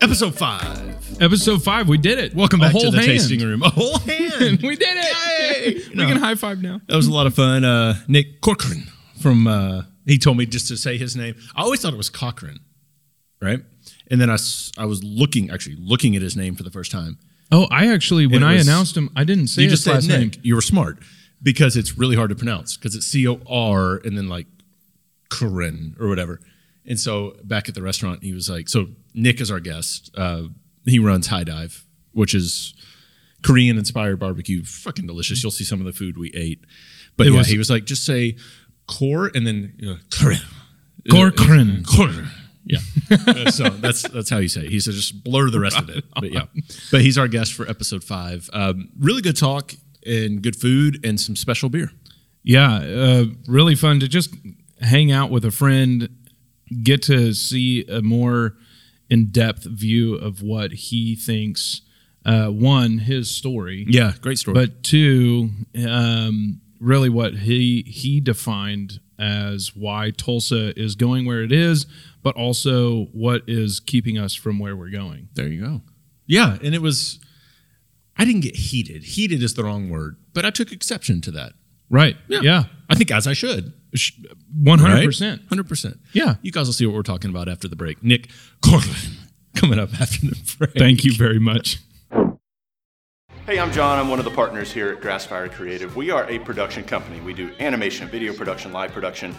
Episode five. Episode five, we did it. Welcome A back whole to the hand. tasting room. A whole hand. we did it. Yay! we No. can high five now. That was a lot of fun. Uh, Nick Corcoran from uh, he told me just to say his name. I always thought it was Cochran, right? And then I, s- I was looking actually looking at his name for the first time. Oh, I actually when It I was- announced him, I didn't say you his just said last Nick. name. You were smart because it's really hard to pronounce because it's C O R and then like Corin or whatever. And so back at the restaurant, he was like, "So Nick is our guest. Uh, he runs High Dive, which is Korean inspired barbecue. Fucking delicious. You'll see some of the food we ate. But It yeah, was- he was like, just say core and then you know, Corin. Corcoran. Corin. Yeah. so that's that's how you say. It. He said just blur the rest of it. But yeah. But he's our guest for episode five. Um, really good talk and good food and some special beer. Yeah, uh, really fun to just hang out with a friend, get to see a more in depth view of what he thinks. Uh, one, his story. Yeah, great story. but two, um, really what he he defined as why Tulsa is going where it is, but also what is keeping us from where we're going. there you go. Yeah, and it was I didn't get heated. Heated is the wrong word, but I took exception to that. Right. Yeah. I think as I should. One hundred percent. Hundred percent. Yeah. You guys will see what we're talking about after the break. Nick Corlin coming up after the break. Thank you very much. Hey, I'm John. I'm one of the partners here at Grassfire Creative. We are a production company. We do animation, video production, live production,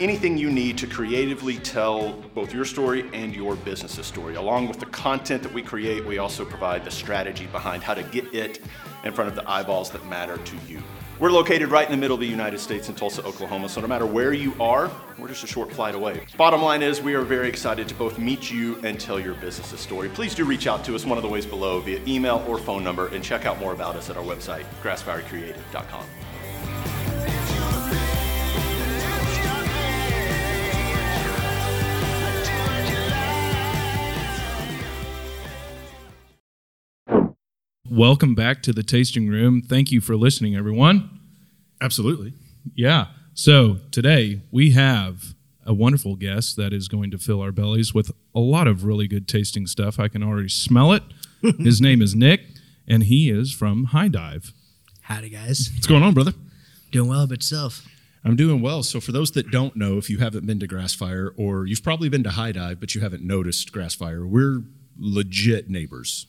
anything you need to creatively tell both your story and your business's story. Along with the content that we create, we also provide the strategy behind how to get it in front of the eyeballs that matter to you. We're located right in the middle of the United States in Tulsa, Oklahoma, so no matter where you are, we're just a short flight away. Bottom line is, we are very excited to both meet you and tell your business's story. Please do reach out to us one of the ways below via email or phone number and check out more about us at our website, grassfirecreative.com. Welcome back to the tasting room. Thank you for listening, everyone. Absolutely. Yeah. So today we have a wonderful guest that is going to fill our bellies with a lot of really good tasting stuff. I can already smell it. His name is Nick, and he is from High Dive. Howdy, guys. What's going on, brother? Doing well by itself. I'm doing well. So for those that don't know, if you haven't been to Grassfire or you've probably been to High Dive, but you haven't noticed Grassfire, we're legit neighbors,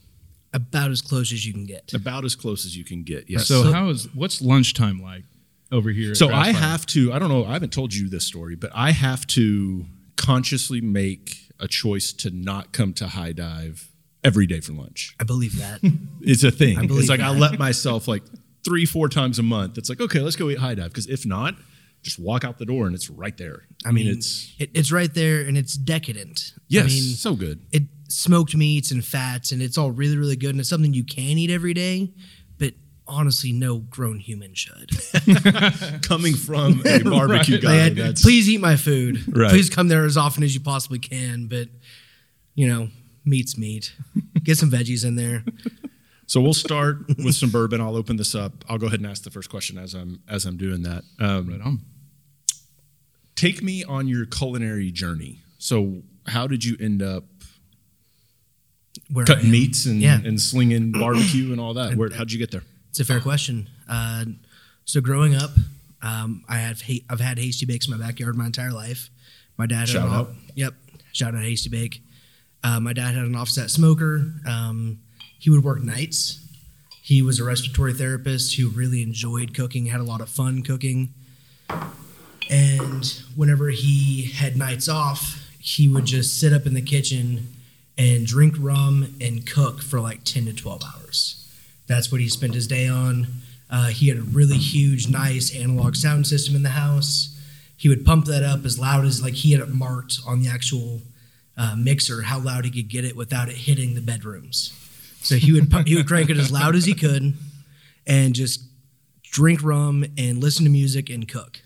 About as close as you can get. about as close as you can get. Yes. So, So, how is what's lunchtime like over here? at I Grassfire? have to. I don't know. I haven't told you this story, but I have to consciously make a choice to not come to High Dive every day for lunch. I believe that. It's a thing. It's believe like I that. let myself like three, four times a month. It's like okay, let's go eat High Dive because if not, just walk out the door and it's right there. I mean, it's it, it's right there and it's decadent. yes, I mean, so good. it smoked meats and fats and it's all really, really good. And it's something you can eat every day, but honestly, no grown human should. coming from a barbecue guy. Like, I- that's, please eat my food. Right. Please come there as often as you possibly can. But, you know, meat's meat. Get some veggies in there. So we'll start with some bourbon. I'll open this up. I'll go ahead and ask the first question as I'm as I'm doing that. Um, Right on. Take me on your culinary journey. So how did you end up Where I cutting am. meats and, Yeah. and slinging barbecue and all that? Where how'd you get there? It's a fair question. Uh, so growing up, um, I have ha- I've had hasty bakes in my backyard my entire life. My dad had Shout an off- out. Yep, shout out hasty bake. Uh, my dad had an offset smoker. Um, he would work nights. He was a respiratory therapist who really enjoyed cooking, had a lot of fun cooking. And whenever he had nights off, he would just sit up in the kitchen and drink rum and cook for like 10 to 12 hours. That's what he spent his day on. Uh, he had a really huge, nice analog sound system in the house. He would pump that up as loud as, like, he had it marked on the actual uh, mixer how loud he could get it without it hitting the bedrooms. So he would pump, he would crank it as loud as he could, and just drink rum and listen to music and cook.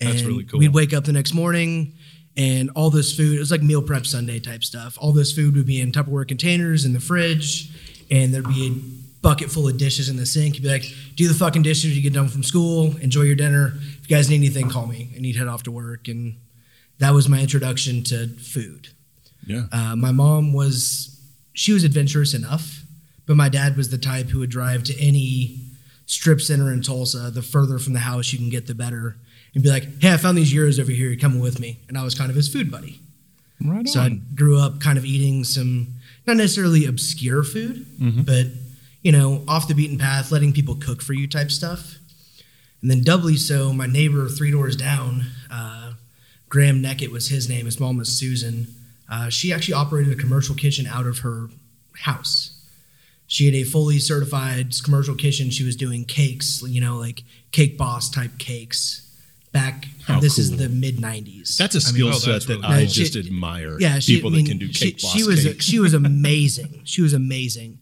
And That's really cool. We'd wake up the next morning, and all this food. It was like meal prep Sunday type stuff. All this food would be in Tupperware containers in the fridge, and there'd be bucket full of dishes in the sink. He'd be like, do the fucking dishes. when You get done from school. Enjoy your dinner. If you guys need anything, call me. And he'd head off to work. And that was my introduction to food. Yeah. Uh, my mom was she was adventurous enough, but my dad was the type who would drive to any strip center in Tulsa. The further from the house you can get, the better. And be like, "Hey, I found these euros over here. You're coming with me." And I was kind of his food buddy. Right So I grew up kind of eating some not necessarily obscure food, Mm-hmm. but you know, off the beaten path, letting people cook for you type stuff. And then doubly so, my neighbor three doors down, uh, Graham Neckett was his name. His mom was Susan. Uh, she actually operated a commercial kitchen out of her house. She had a fully certified commercial kitchen. She was doing cakes, you know, like Cake Boss type cakes. Back, How this is cool. the mid '90s. That's a skill oh, set that's that really I cool. just She- admire. yeah, she, people I mean, that can do she- cake boss she was cakes. she was amazing. she was amazing,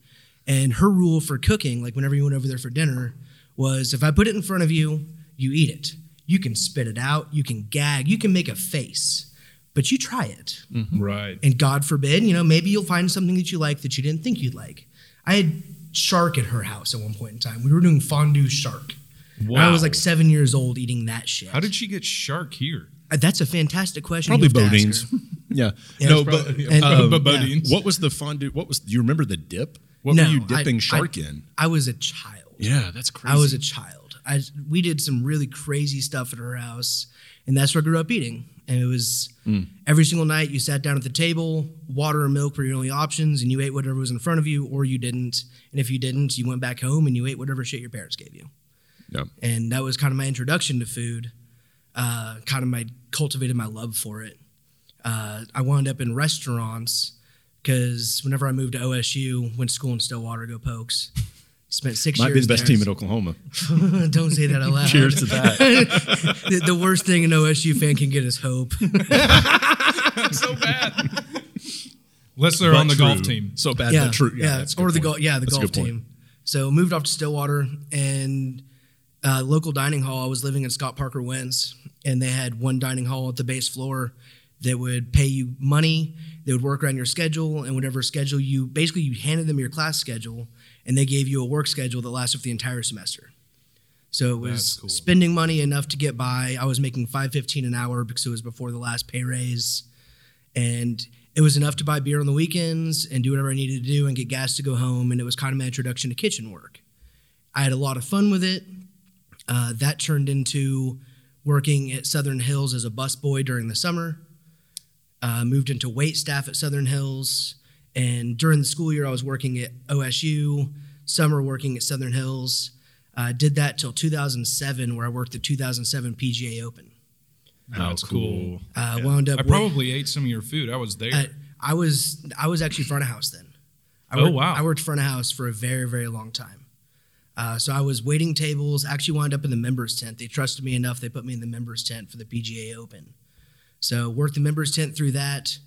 and her rule for cooking, like whenever you went over there for dinner, was if I put it in front of you, you eat it. You can spit it out. You can gag. You can make a face, but you try it. Right. And God forbid, you know, maybe you'll find something that you like that you didn't think you'd like. I had shark at her house at one point in time. We were doing fondue shark. And I was Wow. like seven years old eating that shit. Uh, How did she get shark here? That's a fantastic question. probably you have to ask Bodine's. her. yeah. Yeah, no, it's probably- but and- um, but Bodine's. What was the fondue? What was? Do you remember the dip? What No, were you I- dipping I- shark in? I was a child. Yeah, that's crazy. I was a child. I we did some really crazy stuff at her house, and that's where I grew up eating. And it was Mm. every single night you sat down at the table, water and milk were your only options, and you ate whatever was in front of you, or you didn't. And if you didn't, you went back home and you ate whatever shit your parents gave you. Yeah. And that was kind of my introduction to food. Uh, kind of my cultivated my love for it. Uh, I wound up in restaurants because whenever I moved to OSU, went to school in Stillwater, go Pokes. Spent six Might years. be the best there. team at Oklahoma. Don't say that out loud. Cheers to that. the, the worst thing an OSU fan can get is hope. so bad. Unless they're on the golf team. So bad, yeah, but true. yeah, that's a good or the point. golf. Yeah, the That's a golf good point. team. So moved off to Stillwater and uh, local dining hall. I was living in Scott Parker Wins, and they had one dining hall at the base floor that would pay you money. They would work around your schedule and whatever schedule you basically you handed them your class schedule, and they gave you a work schedule that lasted for the entire semester. So it was spending money enough to get by. I was making five fifteen an hour because it was before the last pay raise, and it was enough to buy beer on the weekends and do whatever I needed to do and get gas to go home. And it was kind of my introduction to kitchen work. I had a lot of fun with it. Uh, that turned into working at Southern Hills as a busboy during the summer. Uh, moved into wait staff at Southern Hills, and during the school year, I was working at OSU. Summer working at Southern Hills. Uh, did that till 2007, where I worked the 2007 PGA Open. How cool. Uh, Wound up. I wor- probably ate some of your food. I was there. I, Uh, I was I was actually front of house then. I Oh, worked, wow. I worked front of house for a very very long time. Uh, so I was waiting tables. Actually, wound up in the members tent. They trusted me enough. They put me in the members tent for the PGA Open. So worked the members tent through that.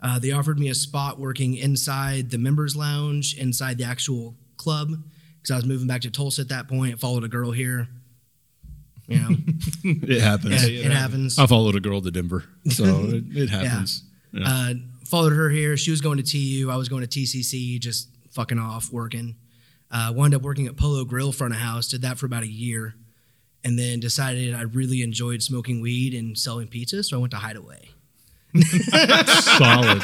Uh, they offered me a spot working inside the members lounge, inside the actual club, because I was moving back to Tulsa at that point. Followed a girl here. You know, It happens. it, it happens. I followed a girl to Denver, so it, it happens. Uh, followed her here. She was going to TU. I was going to TCC, just fucking off working. Uh, wound up working at Polo Grill front of house. Did that for about a year, and then decided I really enjoyed smoking weed and selling pizza, so I went to Hideaway. Solid.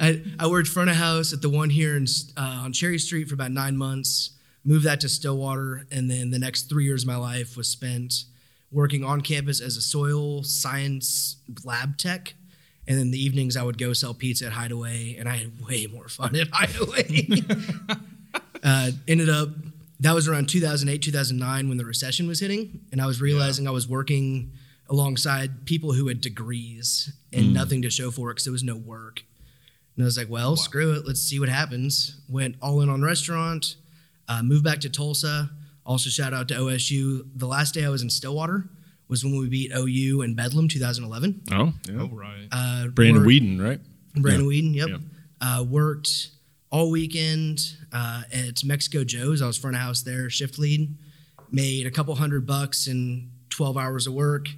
I, I worked front of house at the one here in, uh, on Cherry Street for about nine months. Moved that to Stillwater, and then the next three years of my life was spent working on campus as a soil science lab tech. And then the evenings I would go sell pizza at Hideaway, and I had way more fun at Hideaway. uh, ended up that was around 2008 2009 when the recession was hitting and i was realizing i was working alongside people who had degrees and nothing to show for it because there was no work and i was like well screw it let's see what happens went all in on restaurant uh, moved back to tulsa also shout out to osu the last day i was in stillwater was when we beat ou in bedlam 2011 Oh, oh, right. uh, Brandon we're- Whedon, right? Brandon Whedon, yep. Yeah. Uh, worked all weekend uh, at Mexico Joe's. I was front of house there, shift lead. Made a couple hundred bucks in 12 hours of work.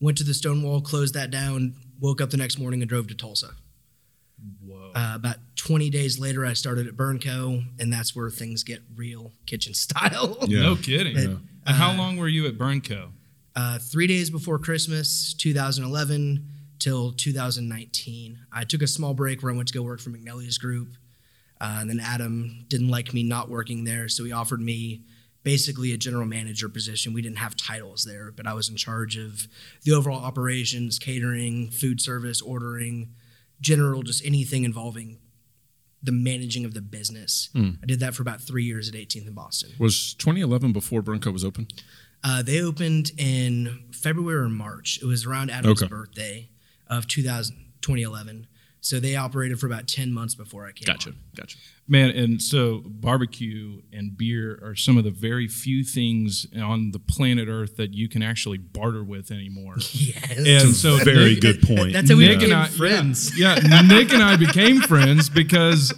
Went to the Stonewall, closed that down, woke up the next morning and drove to Tulsa. Whoa. Uh, about 20 days later, I started at Burnco, and that's where things get real kitchen style. No kidding. It- Uh, How long were you at Burnco? Uh, three days before Christmas, 2011 till 2019, I took a small break where I went to go work for McNally's Group. Uh, and then Adam didn't like me not working there, so he offered me basically a general manager position. We didn't have titles there, but I was in charge of the overall operations, catering, food service, ordering, general, just anything involving the managing of the business. I did that for about three years at 18th in Boston. Was 2011 before Bronco was open? Uh, they opened in February or March. It was around Adam's Okay. birthday of 2000, 2011. So they operated for about 10 months before I came. Gotcha. on. Gotcha. Man, and so barbecue and beer are some of the very few things on the planet Earth that you can actually barter with anymore. Yes. And so Very Nick- good point. That's how we Nick became and I- friends. Yeah, Nick and I became friends because,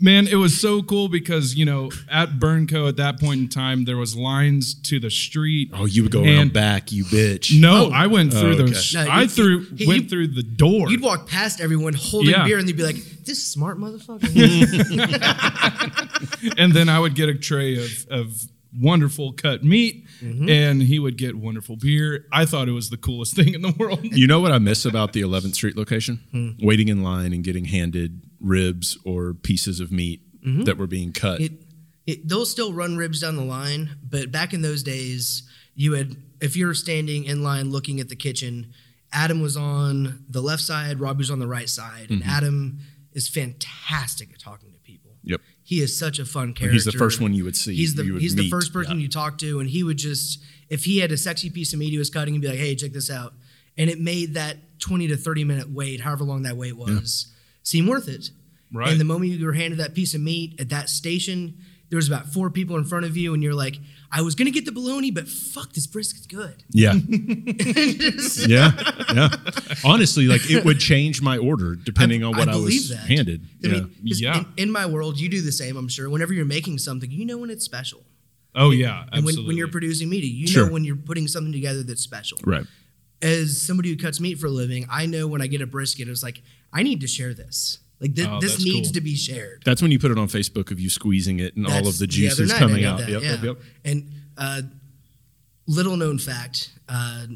man, it was so cool because you know at Burnco at that point in time there was lines to the street. Oh, you would go around And- back, you bitch. No, I went through okay. the. No, I you- threw he- went you- through the door. You'd walk past everyone holding Yeah. beer and they'd be like, this smart motherfucker. and then I would get a tray of, of wonderful cut meat, Mm-hmm. and he would get wonderful beer. I thought it was the coolest thing in the world. You know what I miss about the 11th Street location? Hmm. Waiting in line and getting handed ribs or pieces of meat that were being cut. Mm-hmm. it, it, they'll still run ribs down the line, but back in those days, you had if you were standing in line looking at the kitchen, Adam was on the left side, Robbie was on the right side, and Mm-hmm. Adam is fantastic at talking to people. Yep. he is such a fun character. And he's the first one you would see, He's the you would he's the meet. first person Yeah. you talk to, and he would just if he had a sexy piece of meat he was cutting, he'd be like, "Hey, check this out," and it made that twenty to thirty minute wait, however long that wait was, seem worth it. Right. And the moment you were handed that piece of meat at that station, there was about four people in front of you, and you're like, "I was gonna get the bologna, but fuck, this brisket's good." Yeah. yeah. Yeah. Honestly, like it would change my order depending on what I, was believe that. handed. I yeah. mean, 'cause Yeah. In, in my world, you do the same. I'm sure. Whenever you're making something, you know when it's special. Oh yeah, And absolutely. when, when you're producing meat, you Sure. know when you're putting something together that's special. right. As somebody who cuts meat for a living, I know when I get a brisket, it's like I need to share this. Like thi- Oh, this that's needs cool. to be shared. That's when you put it on Facebook of you squeezing it and all of That's the other juices night I coming did out. that, yep, yep, yep. And uh, little known fact, uh,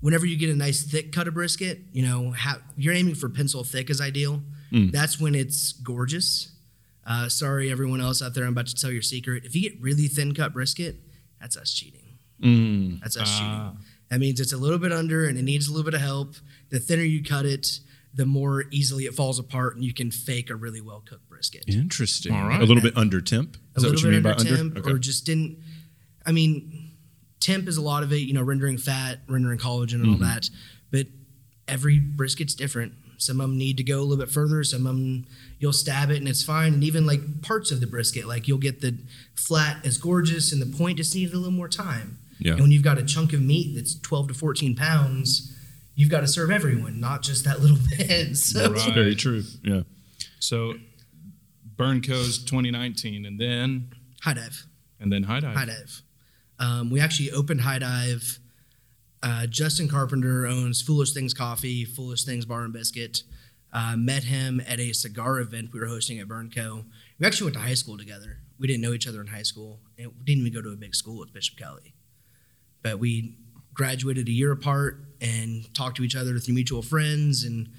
whenever you get a nice thick cut of brisket, you know ha- you're aiming for pencil thick is ideal. Hmm. That's when it's gorgeous. Uh, sorry, everyone else out there, I'm about to tell your secret. If you get really thin cut brisket, that's us cheating. Hmm. That's us cheating. That means it's a little bit under and it needs a little bit of help. The thinner you cut it, the more easily it falls apart, and you can fake a really well cooked brisket Interesting. All right. A little bit under temp. a Is that little what you bit mean by under temp under? or just didn't i mean temp is a lot of it you know rendering fat rendering collagen and all Mm-hmm. that but every brisket's different some of them need to go a little bit further some of them you'll stab it and it's fine and even like parts of the brisket like you'll get the flat is gorgeous and the point just needed a little more time Yeah. and when you've got a chunk of meat that's 12 to 14 pounds you've got to serve everyone not just that little bit so Right. Very true. Yeah. so Burnco's 2019, and then high dive and then High Dive. High Dive. Um, we actually opened High Dive. Uh, Justin Carpenter owns Foolish Things Coffee, Foolish Things Bar and Biscuit. Uh, met him at a cigar event we were hosting at Burnco. We actually went to high school together. We didn't know each other in high school. and we didn't even go to a big school with Bishop Kelly. But we graduated a year apart and talked to each other through mutual friends and,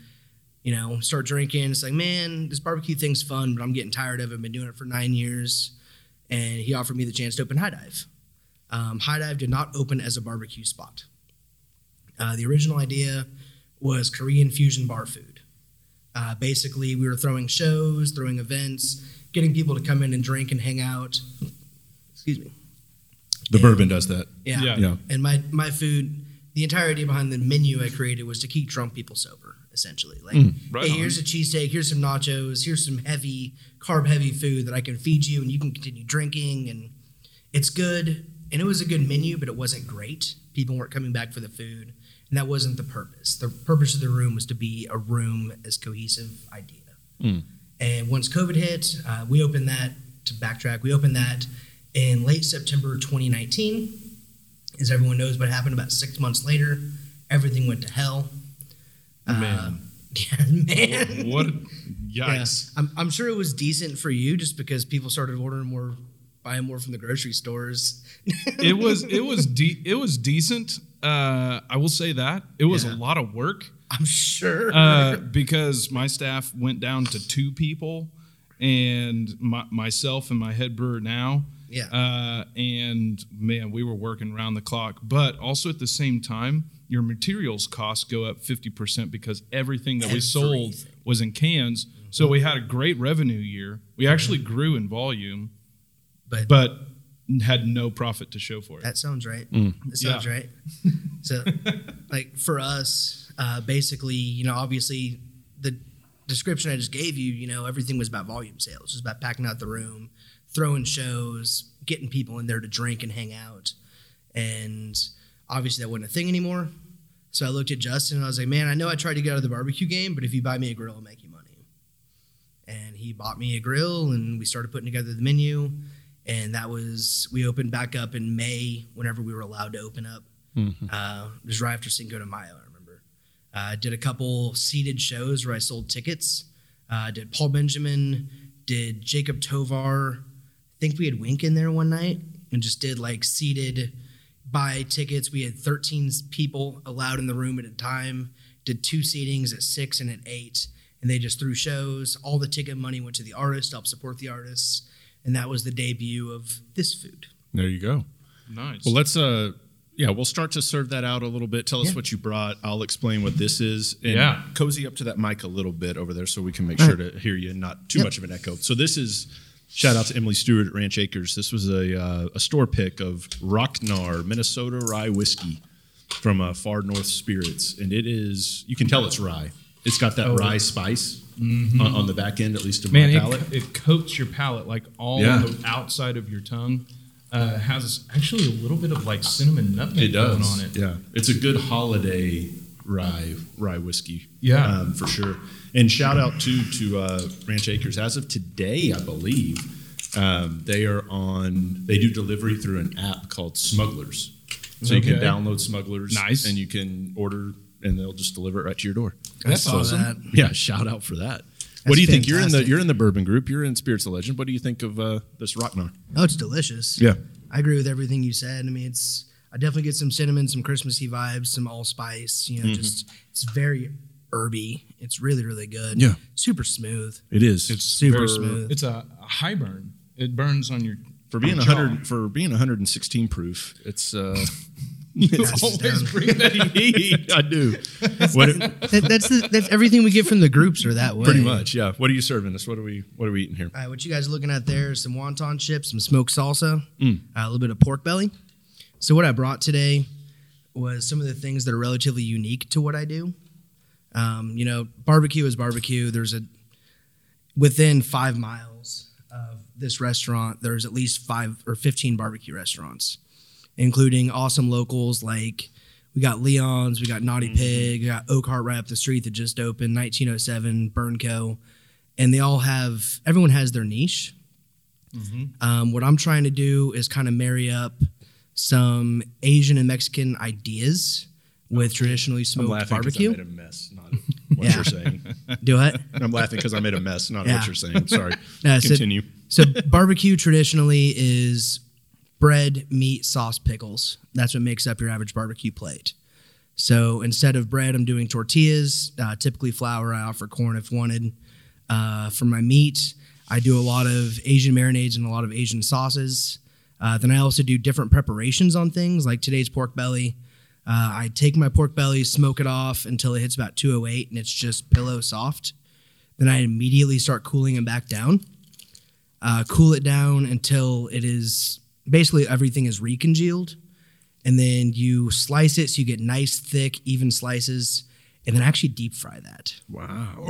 you know, start drinking. It's like, man, this barbecue thing's fun, but I'm getting tired of it. I've been doing it for nine years and he offered me the chance to open High Dive. Um, High Dive did not open as a barbecue spot. Uh, the original idea was Korean fusion bar food. Uh, basically, we were throwing shows, throwing events, getting people to come in and drink and hang out. Excuse me. The bourbon does that. Yeah. Yeah. Yeah. And my my food, the entire idea behind the menu I created was to keep drunk people sober, essentially. Like, right hey, on. here's a cheesesteak, here's some nachos, here's some heavy carb heavy food that I can feed you, and you can continue drinking, and it's good. And it was a good menu, but it wasn't great. People weren't coming back for the food, and that wasn't the purpose. The purpose of the room was to be a room as cohesive idea. And once COVID hit, uh, we opened that. To backtrack, we opened that in late September 2019 as everyone knows what happened about six months later everything went to hell Uh, Yeah, man. What? Yeah. Yikes! I'm, I'm sure it was decent for you just because people started ordering more, buying more from the grocery stores. It was it was de- it was decent. Uh, I will say that it was Yeah. a lot of work I'm sure. uh, because my staff went down to two people, and my, myself and my head brewer now. Yeah. Uh, and man, we were working round the clock, but also at the same time, your materials costs go up fifty percent because everything that we sold Everything. was in cans. So we had a great revenue year. We actually grew in volume, but, but had no profit to show for it. that sounds right. That sounds Yeah. right. So, like for us, uh, basically, you know, obviously the description I just gave you, you know, everything was about volume sales, it was about packing out the room, throwing shows, getting people in there to drink and hang out. And obviously, that wasn't a thing anymore. So I looked at Justin and I was like, man, I know I tried to get out of the barbecue game, but if you buy me a grill, I'll make you money. And he bought me a grill and we started putting together the menu. And that was, we opened back up in May whenever we were allowed to open up. Uh, it was right after Cinco de Mayo, I remember. Uh, did a couple seated shows where I sold tickets. Uh, did Paul Benjamin, did Jacob Tovar. I think we had Wink in there one night and just did like seated buy tickets. We had 13 people allowed in the room at a time, did two seatings at six and at eight. And they just threw shows. All the ticket money went to the artist, helped support the artists. And that was the debut of this food. There you go. nice. Well, let's uh yeah, we'll start to serve that out a little bit. Tell us Yeah. what you brought. I'll explain what this is and Yeah. cozy up to that mic a little bit over there so we can make sure to hear you and not too Yep. much of an echo. So this is shout out to Emily Stewart at Ranch Acres. This was a uh, a store pick of Rocknar Minnesota rye whiskey from uh, Far North Spirits and it is you can tell it's rye. It's got that rye spice on, on the back end at least to Oh, Mm-hmm. Man, my palate. it, it coats your palate like all Yeah. on the outside of your tongue. Uh, has actually a little bit of like cinnamon nutmeg It does. going on it. Yeah, it's a good holiday rye rye whiskey. Yeah. Uh, um, for sure. And shout out too to uh, Ranch Acres. As of today, I believe um, they are on. They do delivery through an app called Smugglers. So you can Okay. download Smugglers. Nice. And you can order, and they'll just deliver it right to your door. That's saw awesome. that. Yeah, shout out for that. what do you think? You're in the fantastic. you're in the bourbon group. You're in Spirits of Legend. What do you think of uh, this Rocknar? Oh, it's delicious. Yeah. I agree with everything you said. I mean, it's I definitely get some cinnamon, some Christmassy vibes, some allspice. You know, Mm-hmm. just it's very herby. It's really, really good. Yeah. super smooth. It is. It's Super very- smooth. It's a, a high burn. It burns on your for being jaw. 100 for being 116 proof it's uh You always bring that i do what, That, that's the, that's everything we get from the groups are that way. pretty much yeah what are you serving us what are we what are we eating here All right, what you guys are looking at there is some wonton chips, some smoked salsa, Mm. uh, a little bit of pork belly. So what I brought today was some of the things that are relatively unique to what I do. Um, you know, barbecue is barbecue. There's a within five miles of this restaurant, there's at least five or fifteen barbecue restaurants, including awesome locals like we got Leon's, we got Naughty Pig, we got Oakhart right up the street that just opened, 1907, Burnco, and they all have everyone has their niche. Um, what I'm trying to do is kind of marry up some Asian and Mexican ideas with traditionally smoked barbecue. a mess not what Yeah. you're saying Do it. i'm laughing because i made a mess not Yeah. what you're saying sorry No, so- continue So barbecue traditionally is bread, meat, sauce, pickles. That's what makes up your average barbecue plate. So instead of bread, I'm doing tortillas, uh, typically flour. I offer corn if wanted. Uh, for my meat, I do a lot of Asian marinades and a lot of Asian sauces. Uh, then I also do different preparations on things like today's pork belly. Uh, I take my pork belly, smoke it off until it hits about 208 and it's just pillow soft. Then I immediately start cooling it back down uh, cool it down until it is basically everything is recongealed. And then you slice it so you get nice, thick, even slices. And then actually deep fry that. wow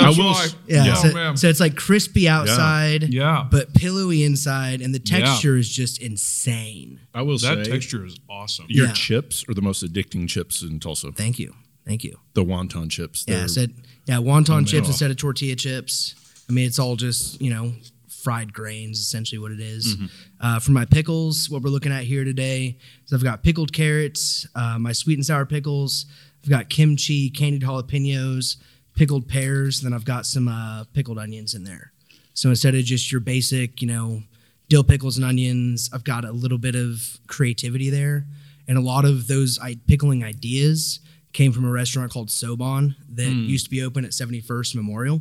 I will. why. Yeah. Yeah. so, Oh, man. so it's like crispy outside, Yeah. but pillowy inside. And the Yeah. texture is just insane. i will That say texture is awesome. your Yeah. chips are the most addicting chips in tulsa Thank you. Thank you. the wonton chips Yeah. I They're- said, yeah, wonton chips instead of tortilla chips. I mean, it's all just, you know, fried grains, essentially what it is. Mm-hmm. Uh, for my pickles, what we're looking at here today is I've got pickled carrots, uh, my sweet and sour pickles. I've got kimchi, candied jalapenos, pickled pears. Then I've got some uh, pickled onions in there. So instead of just your basic, you know, dill pickles and onions, I've got a little bit of creativity there. And a lot of those I- pickling ideas came from a restaurant called Soban that used to be open at 71st Memorial.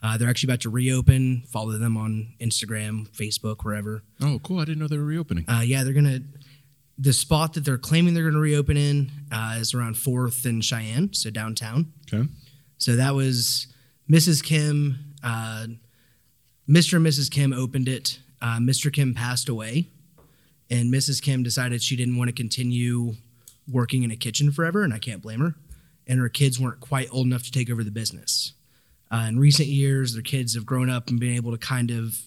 Uh, they're actually about to reopen. Follow them on Instagram, Facebook, wherever. Oh, cool! I didn't know they were reopening. Uh, yeah, they're gonna. The spot that they're claiming they're gonna reopen in uh, is around Fourth and Cheyenne, so downtown. Okay. So that was Mrs. Kim. Uh, Mr. and Mrs. Kim opened it. Uh, Mr. Kim passed away, and Mrs. Kim decided she didn't want to continue working in a kitchen forever, and I can't blame her. And her kids weren't quite old enough to take over the business. Uh, in recent years, their kids have grown up and been able to kind of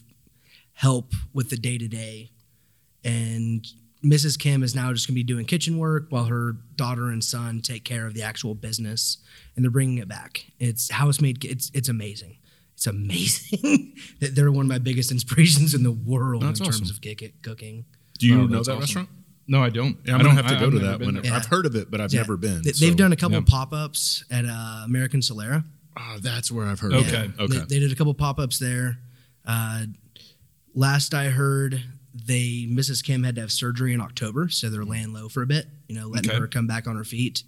help with the day to day and Mrs. Kim is now just going to be doing kitchen work while her daughter and son take care of the actual business, and they're bringing it back. It's house made. It's it's amazing. It's amazing that they're one of my biggest inspirations in the world That's in awesome. terms of kick cooking. Do you Oh, know that's that awesome. restaurant? No, I don't. Yeah, I'm I gonna don't have to I- go I've to never that been one. there. I've heard of it, but I've Yeah. never been. They, so- have done a couple yeah. pop ups at uh, American Solera. Ah, that's where I've heard. Okay. Of it. They- They, did a couple pop ups there. Uh, last I heard, they Mrs. Kim had to have surgery in October, so they're laying low for a bit. You know, letting Okay. her come back on her feet.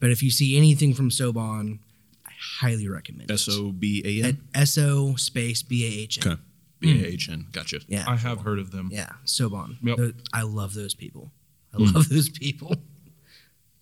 But if you see anything from Soban, I highly recommend it. S O B A at N. S O space B A H N. Okay. B A H N. Gotcha. Yeah, I have heard of them. yeah, Soban. Yep. Hmm. Tho- I love those people. I love those people.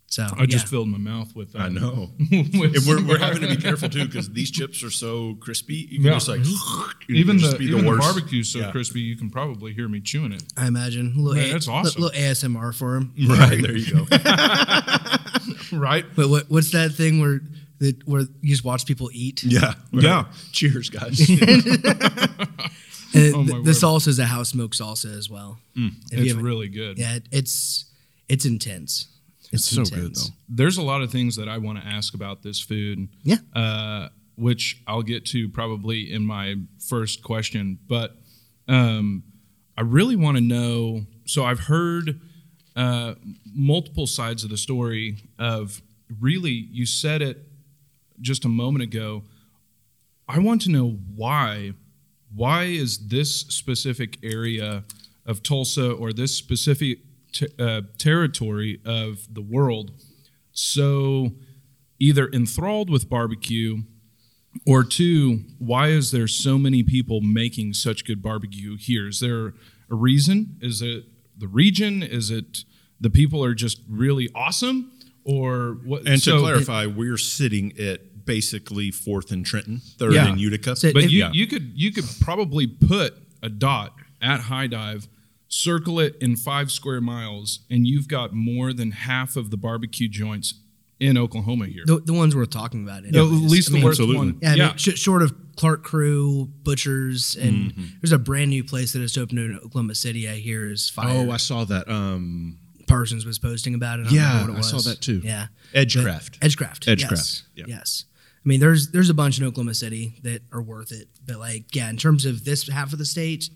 So I just yeah. filled my mouth with. I um, know. with And we're, some- we're having to be careful too because these chips are so crispy. You can Yeah. just like you even can just the, even the worst. barbecue's so Yeah. crispy you can probably hear me chewing it. I imagine a little, Man, A- that's awesome. little ASMR for him. Right there, you go. Right? But what, what's that thing where that where you just watch people eat? Yeah. right. Yeah. Cheers, guys. And Oh, th- my the word. salsa is a house smoked salsa as well. Mm, If you It's haven't- really good. yeah, it- it's it's intense. It's, so good, intense. though. There's a lot of things that I want to ask about this food. Yeah. uh, which I'll get to probably in my first question. But um, I really want to know. So I've heard uh, multiple sides of the story. Of really, you said it just a moment ago. I want to know why. Why is this specific area of Tulsa or this specific t- uh, territory of the world so either enthralled with barbecue or two, why is there so many people making such good barbecue here? Is there a reason? Is it the region? Is it the people are just really awesome? Or what? And so- to clarify, we're sitting at basically fourth in Trenton, third Yeah. in Utica. So- But If- you, Yeah. you could you could probably put a dot at high dive, circle it in five square miles, and you've got more than half of the barbecue joints in Oklahoma here. The, the ones worth talking about. No, at anyways. least I the mean, worst absolutely. one. Yeah, I mean, yeah. sh- short of Clark Crew, Butchers, and Mm-hmm. there's a brand new place that just opened in Oklahoma City. I hear is fire. oh, I saw that. Um, Parsons was posting about it. I don't Yeah, remember what it I saw was. that too. Yeah, Edgecraft. But- Edgecraft. Edgecraft, Yes. yeah. Yes. I mean, there's there's a bunch in Oklahoma City that are worth it, but like, yeah, in terms of this half of the state,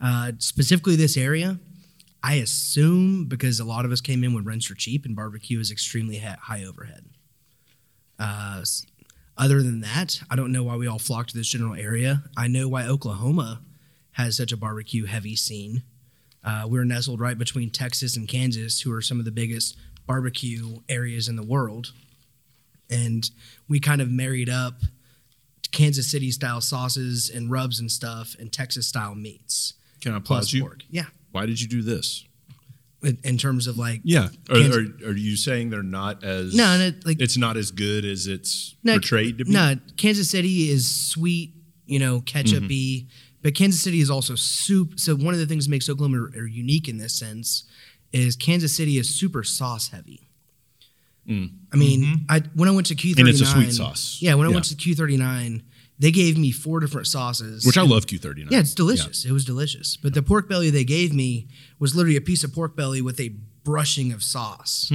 uh, specifically this area, I assume because a lot of us came in when rents are cheap and barbecue is extremely ha- high overhead. Uh, s- other than that, I don't know why we all flock to this general area. I know why Oklahoma has such a barbecue heavy scene. Uh, we're nestled right between Texas and Kansas, who are some of the biggest barbecue areas in the world. And we kind of married up Kansas City style sauces and rubs and stuff and Texas style meats. Can I Plus applaud you? pork. Yeah. Why did you do this? In, in terms of like, Yeah. Are, Kansas- are, are you saying they're not as No, no, like- it's not as good as it's No, portrayed to be? No, Kansas City is sweet, you know, ketchup y, Mm-hmm. but Kansas City is also soup. So one of the things that makes Oklahoma are, unique in this sense is Kansas City is super sauce heavy. I mean, I when I went to Q39, Mm. And it's a sweet sauce. Yeah, when I went Yeah. to Q39, they gave me four different sauces, Which I love Q39. Yeah, it's delicious. It was delicious. But the pork belly they gave me was literally a piece of pork belly with a brushing of sauce.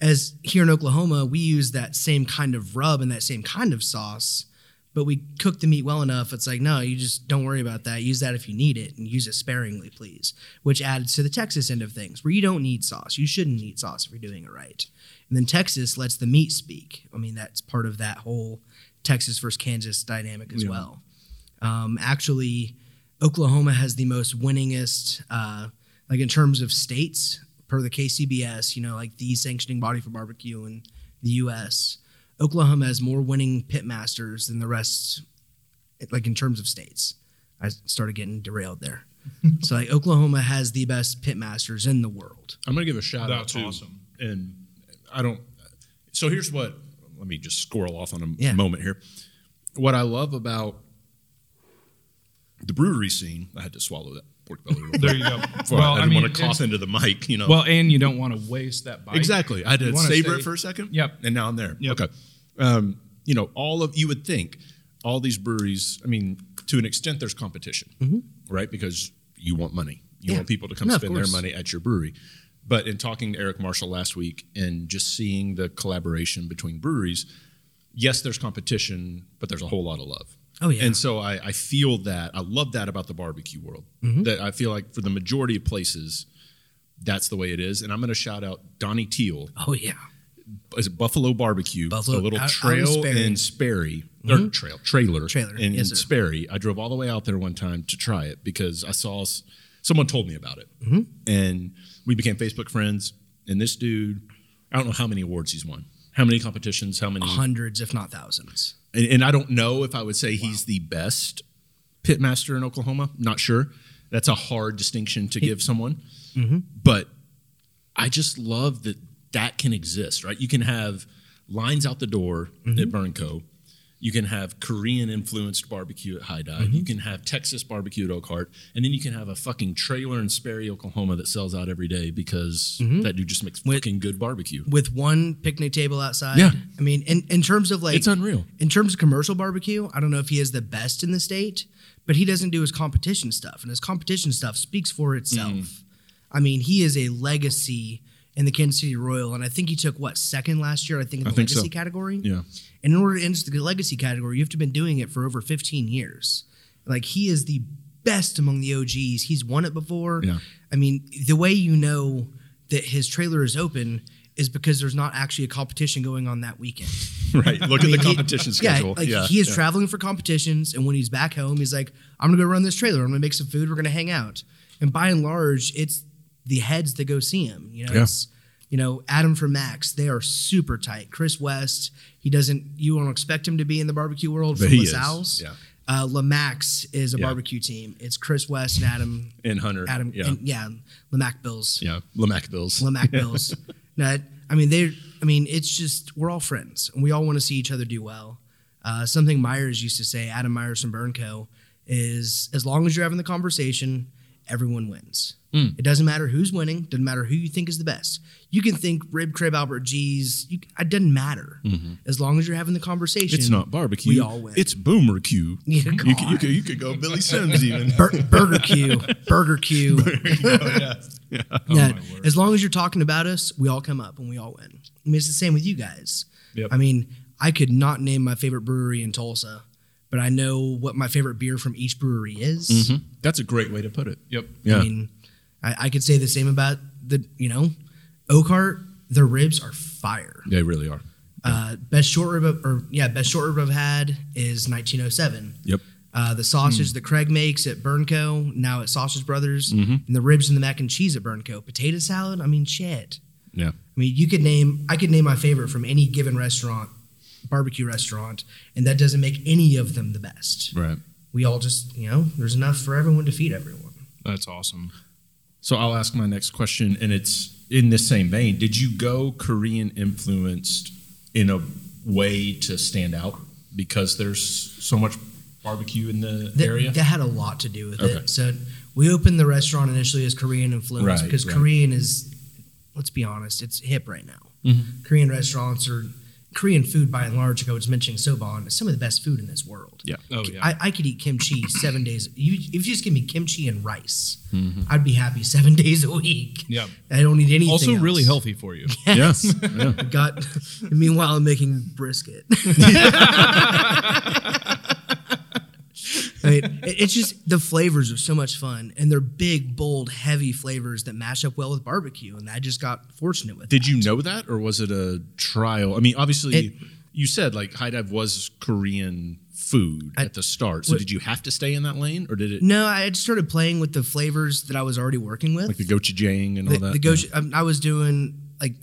As here in Oklahoma, we use that same kind of rub and that same kind of sauce, But we cook the meat well enough. It's like, no, you just don't worry about that. Use that if you need it and use it sparingly, please. Which adds to the Texas end of things where you don't need sauce. You shouldn't need sauce if you're doing it right. And then Texas lets the meat speak. I mean, that's part of that whole Texas versus Kansas dynamic as well. Um, actually, Oklahoma has the most winningest, uh, like in terms of states per the KCBS, you know, like the sanctioning body for barbecue in the U.S. Oklahoma has more winning pit masters than the rest, like in terms of states. I started getting derailed there. so like Oklahoma has the best pit masters in the world. I'm gonna give a shout That's out to awesome. and I don't. So here's what. Let me just squirrel off on a Yeah. moment here. What I love about the brewery scene, I had to swallow that pork belly. Real There quick you go. before I, didn't want to cough into the mic, you know. Well, and you don't want to waste that bite. Exactly. I had You to wanna savor say- it for a second. Yep. And now I'm there. Yep. Okay. Um, you know, all of you would think all these breweries. I mean, to an extent, there's competition, right? Because you want money. You Yeah. want people to come No, of spend their course. money at your brewery. But in talking to Eric Marshall last week and just seeing the collaboration between breweries, yes, there's competition, but there's a whole lot of love. Oh, yeah. And so I, I feel that I love that about the barbecue world. Mm-hmm. That I feel like for the majority of places, that's the way it is. And I'm going to shout out Donnie Teal. Oh yeah, Is it Buffalo Barbecue? Buffalo- a little out- out in trail Sperry. Mm-hmm. in Sperry, or trail trailer, Trailer, in, yes, sir. in Sperry. I drove all the way out there one time to try it because I saw s- someone told me about it, Mm-hmm. and we became Facebook friends. And this dude, I don't know how many awards he's won, how many competitions, how many hundreds if not thousands. and, and I don't know if I would say he's the best pitmaster in Oklahoma. Not sure. That's a hard distinction to give someone. Mm-hmm. But I just love that that can exist, right? You can have lines out the door Mm-hmm. at Burn Co. You can have Korean influenced barbecue at High Dive. Mm-hmm. You can have Texas barbecue at Oak Heart. And then you can have a fucking trailer in Sperry, Oklahoma that sells out every day because Mm-hmm. that dude just makes fucking good barbecue. with one picnic table outside. Yeah. I mean, in, in terms of like It's unreal. In terms of commercial barbecue, I don't know if he is the best in the state, but he doesn't do his competition stuff, and his competition stuff speaks for itself. Mm. I mean, he is a legacy in the Kansas City Royal, and I think he took what second last year. I think in the think so. legacy category. Yeah. And in order to enter the legacy category, you have to have been doing it for over 15 years. Like he is the best among the OGs. He's won it before. Yeah. I mean, the way you know that his trailer is open is because there's not actually a competition going on that weekend. Right. Look at the mean, he- competition yeah, schedule. like he is traveling for competitions, and when he's back home, he's like, "I'm gonna go run this trailer. I'm gonna make some food. We're gonna hang out." And by and large, it's the heads that go see him. You know, Yeah. it's, you know, Adam from Max. They are super tight. Chris West. He doesn't. You don't expect him to be in the barbecue world But from he is, LaSalle's. yeah. Uh, Lamax is a Yeah. barbecue team. It's Chris West and Adam. And Hunter, Adam. yeah. And, yeah. Lamac Bills. Yeah, Lamac Bills. Lamac Bills. No, I mean they. I mean it's just we're all friends and we all want to see each other do well. Uh, something Myers used to say, Adam Myers from Burnco, is as long as you're having the conversation, everyone wins. Hmm. It doesn't matter who's winning. Doesn't matter who you think is the best. You can think Rib Crib Albert G's. You, it doesn't matter as long as you're having the conversation. Mm-hmm. It's not barbecue. We all win. It's boomer Q. Yeah, you, could, God. you, could, you could go Billy Sims even. Bur- Burger Q. Burger Q. Yeah, Oh, as long as you're talking about us, we all come up and we all win. I mean, it's the same with you guys. Yep. I mean, I could not name my favorite brewery in Tulsa, but I know what my favorite beer from each brewery is. That's a great way to put it. Yep. Yeah. I mean, I, I could say the same about the, you know, Oakhart, their ribs are fire. They really are. Uh, best short rib, I've- or yeah, best short rib I've had is 1907. Yep. Hmm. Uh, the sausage that Craig makes at Burnco, now at Sausage Brothers, Mm-hmm. and the ribs and the mac and cheese at Burnco. Potato salad, I mean, shit. Yeah. I mean, you could name, I could name my favorite from any given restaurant, barbecue restaurant, and that doesn't make any of them the best. Right. We all just, you know, there's enough for everyone to feed everyone. That's awesome. So I'll ask my next question, and it's in this same vein. Did you go Korean influenced in a way to stand out because there's so much barbecue in the That, area? that had a lot to do with Okay. it. So we opened the restaurant initially as Korean influence Right, because right. Korean is, let's be honest, it's hip right now. Korean restaurants are Korean food, by and large, like I was mentioning soba, is some of the best food in this world. Yeah. Oh yeah. I, I could eat kimchi seven days. You, if you just give me kimchi and rice, I'd be happy seven days a week. Yeah. I don't need anything. also, really else. healthy for you. Yes. Yeah. I Got. meanwhile, I'm making brisket. I mean, it- it's just the flavors are so much fun, and they're big, bold, heavy flavors that mash up well with barbecue. And I just got fortunate with. Did that. you know that, or was it a trial? I mean, obviously, It- you said like high dive was Korean food I- at the start. So Wh- did you have to stay in that lane, or did it No, I had started playing with the flavors that I was already working with. like the gochujang and the, all that? the gosh, um, I was doing like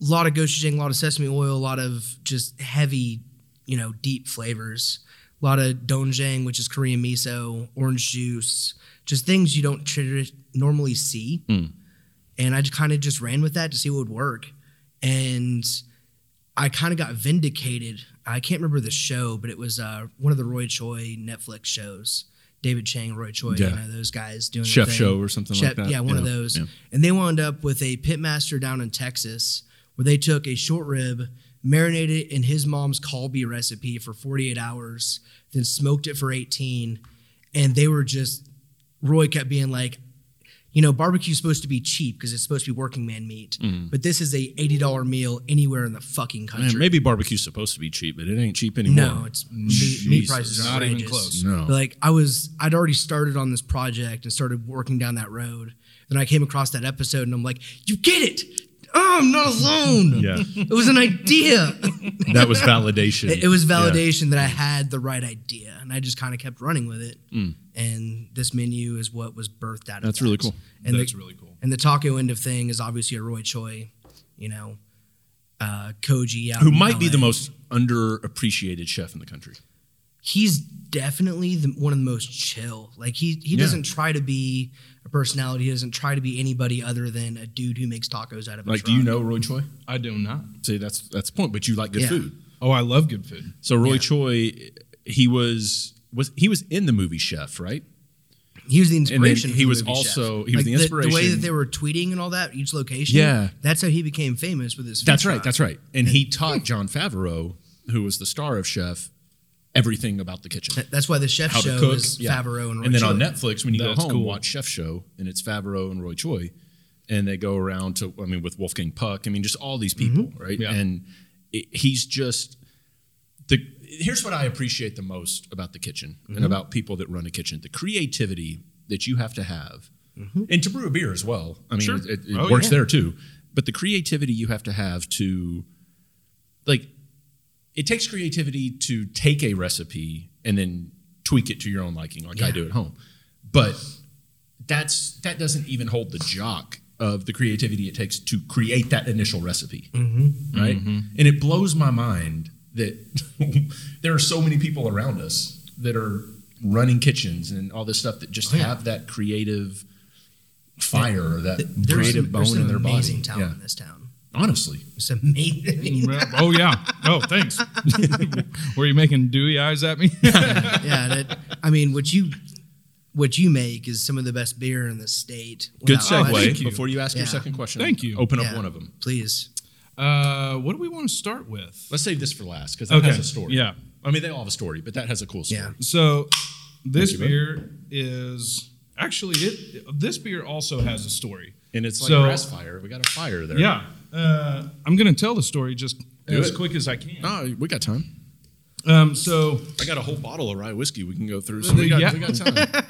a lot of gochujang, a lot of sesame oil, a lot of just heavy, you know, deep flavors. A lot of doenjang, which is Korean miso, orange juice, just things you don't tradi- normally see. Hmm. And I kind of just ran with that to see what would work. And I kind of got vindicated. I can't remember the show, but it was uh, one of the Roy Choi Netflix shows. David Chang, Roy Choi, Yeah. you know, those guys doing their Chef thing. show or something like that. Yeah, one of Yeah. those. Yeah. And they wound up with a pitmaster down in Texas where they took a short rib, marinated it in his mom's Colby recipe for 48 hours, then smoked it for 18. And they were just, Roy kept being like, you know, barbecue's supposed to be cheap because it's supposed to be working man meat, Mm-hmm. but this is a $80 meal anywhere in the fucking country. Man, maybe barbecue's supposed to be cheap, but it ain't cheap anymore. No, it's meat, meat Jesus. prices are Not even outrageous. close. No. But, like I was, I'd already started on this project and started working down that road. Then I came across that episode and I'm like, you get it. Oh, I'm not alone. Yeah. It was an idea. that was validation. it, it was Yeah. validation that I had the right idea, and I just kind of kept running with it. And this menu is what was birthed out of Mm. That's that. really cool. And That's the, really cool. And the taco end of thing is obviously a Roy Choi, you know, uh, Koji out Who in might be the LA. most underappreciated chef in the country? he's definitely the, one of the most chill. Like he he Yeah. doesn't try to be a personality. He doesn't try to be anybody other than a dude who makes tacos out of a Like, truck. do you know Roy Choi? I do not. See, that's that's the point. But you like good Yeah. food. Oh, I love good food. So Roy Yeah. Choi, he was was he was in the movie Chef, right? He was the then inspiration. he for the was movie also- Chef. he was the The, way inspiration. that they were tweeting and all that each location. Yeah. that's how he became famous with his. food That's truck. right. That's right. And he taught John Favreau, who was the star of Chef, everything about the kitchen, That- That's why the chef how show to cook. is yeah. Favreau and Roy then on Choi. Netflix, when you That's go home, cool. watch Chef Show, and it's Favreau and Roy Choi, and they go around to, I mean, with Wolfgang Puck. I mean, just all these Mm-hmm. people, right? Yeah. And it, he's just the. Here's what I appreciate the most about the kitchen Mm-hmm. and about people that run a kitchen: the creativity that you have to have, and to brew a beer as well. I mean, Mm-hmm. Sure. it, it Oh, works yeah. there too. But the creativity you have to have to, like, it takes creativity to take a recipe and then tweak it to your own liking, like I Yeah. do at home. But that's that doesn't even hold the jock of the creativity it takes to create that initial recipe, Mm-hmm. right? And it blows my mind that there are so many people around us that are running kitchens and all this stuff that just Oh, have that creative fire or that There's creative some, bone there's some in their amazing body. talent Yeah. in this town. Honestly, It's amazing. I mean, oh yeah. Oh, thanks. Were you making dewy eyes at me? yeah, that, I mean, what you what you make is some of the best beer in the state. good without segue. thank you. Before you ask your Oh, Yeah. second question, Thank you. Open Yeah. up one of them. Please. uh, what do we want to start with? Let's save this for last because that Okay. has a story. Yeah. I mean, they all have a story, but that has a cool story. Yeah. So, this Thank you, bud. beer is actually it. This beer also has a story. And it's like So- grass fire. We got a fire there. Yeah. Uh, I'm gonna tell the story just Do as it. quick as I can. No, we got time. Um, so I got a whole bottle of rye whiskey we can go through. So we got, Yeah. we got time.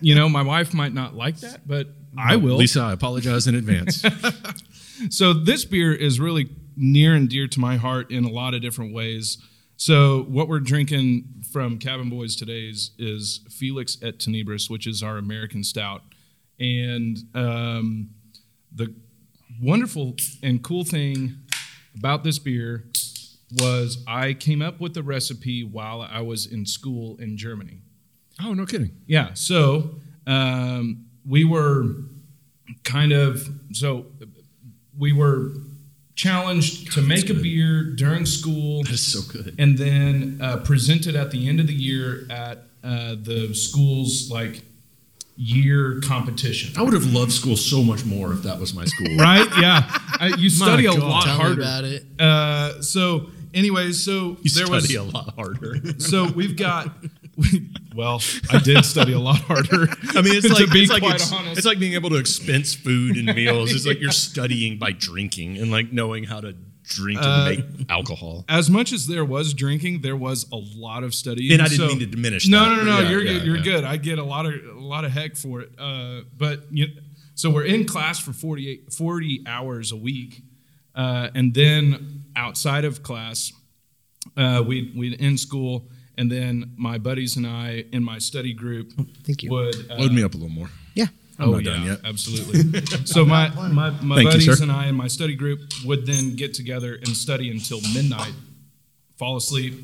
you know, my wife might not like that, but I will. Lisa, I apologize in advance. So this beer is really near and dear to my heart in a lot of different ways. So what we're drinking from Cabin Boys today is, is Felix et Tenebris, which is our American stout, and um, the wonderful and cool thing about this beer was I came up with the recipe while I was in school in Germany. oh, no kidding. Yeah. So um, we were kind of so we were challenged to make a beer during school. That's so good. And then uh, presented at the end of the year at uh, the school's like year competition. I would have loved school so much more if that was my school. Right? Yeah. I, you study a God. lot Tell me harder about it. Uh, so anyways, so You there study was a lot harder. so we've got. We, well, I did study a lot harder. I mean, it's To like be it's like, quite ex- honest. it's like being able to expense food and meals. It's like you're studying by drinking and like knowing how to drink and make alcohol. as much as there was drinking, there was a lot of studying. And I didn't mean to diminish No, no, no, that. no. Yeah, you're yeah, good. You're yeah. good. I get a lot of a lot of heck for it. Uh, but you, so we're in class for 48, 40 hours a week, uh, and then outside of class, uh, we we in school, and then my buddies and I in my study group. Oh, thank you. Would uh, Load me up a little more. Yeah. I'm oh, not yeah, done yet. Absolutely. so my my, my Thank you, buddies sir. and I and my study group would then get together and study until midnight, fall asleep,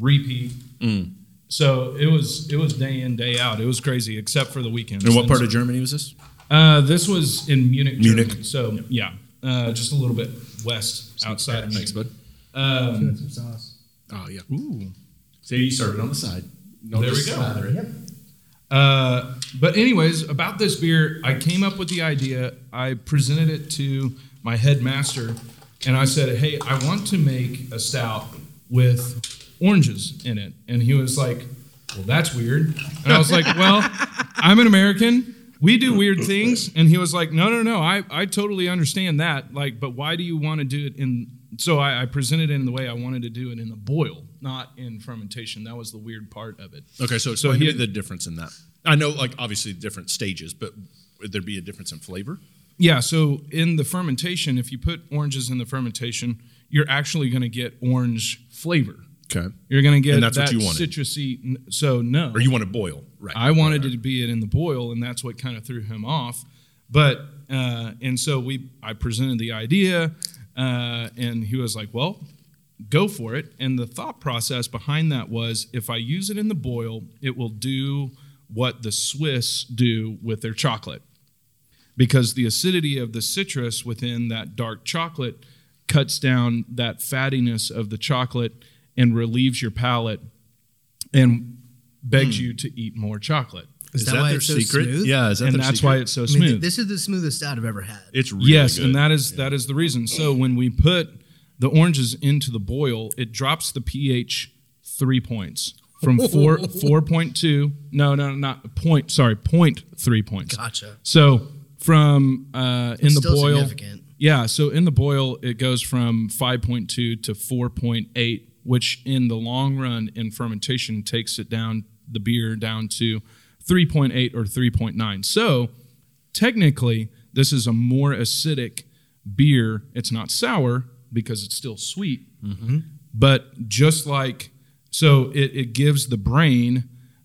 repeat. Mm. So it was it was day in day out. It was crazy, except for the weekends. And what part of Germany was this? Uh, this was in Munich, Munich. Germany. So yeah, uh, just a little bit west outside. of Thanks, Munich. bud. some sauce. Oh yeah. Ooh. So you started on the side. No, There we go. Uh, but anyways, about this beer, I came up with the idea. I presented it to my headmaster, and I said, "Hey, I want to make a stout with oranges in it." And he was like, "Well, that's weird." And I was like, "Well, I'm an American. We do weird things." And he was like, "No, no, no. I I totally understand that. Like, but why do you want to do it in?" So I, I presented it in the way I wanted to do it in the boil, not in fermentation. That was the weird part of it. Okay, so So explain so he- me the difference in that. I know, like obviously different stages, but would there be a difference in flavor? Yeah, so in the fermentation, if you put oranges in the fermentation, you're actually going to get orange flavor. Okay. You're going to get And that's that what you wanted. citrusy. n- So no, Or you want to boil, right? I wanted it to be it in the boil, and that's what kind of threw him off. But uh, and so we, I presented the idea, uh, and he was like, "Well, go for it." And the thought process behind that was, if I use it in the boil, it will do what the Swiss do with their chocolate, because the acidity of the citrus within that dark chocolate cuts down that fattiness of the chocolate and relieves your palate and Hmm. begs you to eat more chocolate. Is, that, why it's so smooth? Yeah, is that and their that's secret? why it's so I mean, smooth. th- this is the smoothest stout I've ever had. it's really yes, good. and that is that is the reason. So when we put the oranges into the boil, it drops the pH three points from four four point two. No, no, not point. Sorry, point three points. Gotcha. So from uh, in the Still boil, significant. yeah. So in the boil, it goes from five point two to four point eight, which in the long run in fermentation takes it down the beer down to three point eight or three point nine. So technically, this is a more acidic beer. It's not sour because it's still sweet, but just like so it, it gives the brain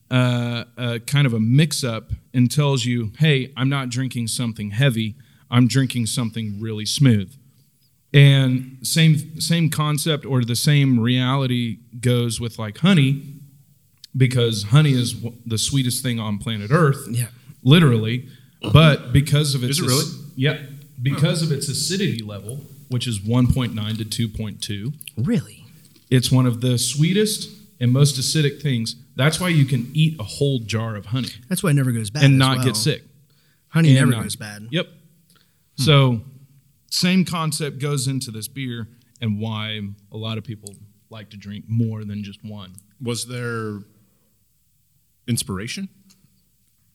uh, uh, kind of a mix up and tells you hey i'm not drinking something heavy i'm drinking something really smooth and same same concept or the same reality goes with like honey because honey is w- the sweetest thing on planet earth Yeah. literally but because of its it really? yep because of its acidity level which is 1.9 to 2.2 Really? it's one of the sweetest and most acidic things. That's why you can eat a whole jar of honey That's why it never goes bad. and as not well. get sick. Honey And never not- goes bad. Hmm. Yep. So, same concept goes into this beer and why a lot of people like to drink more than just one. was there inspiration,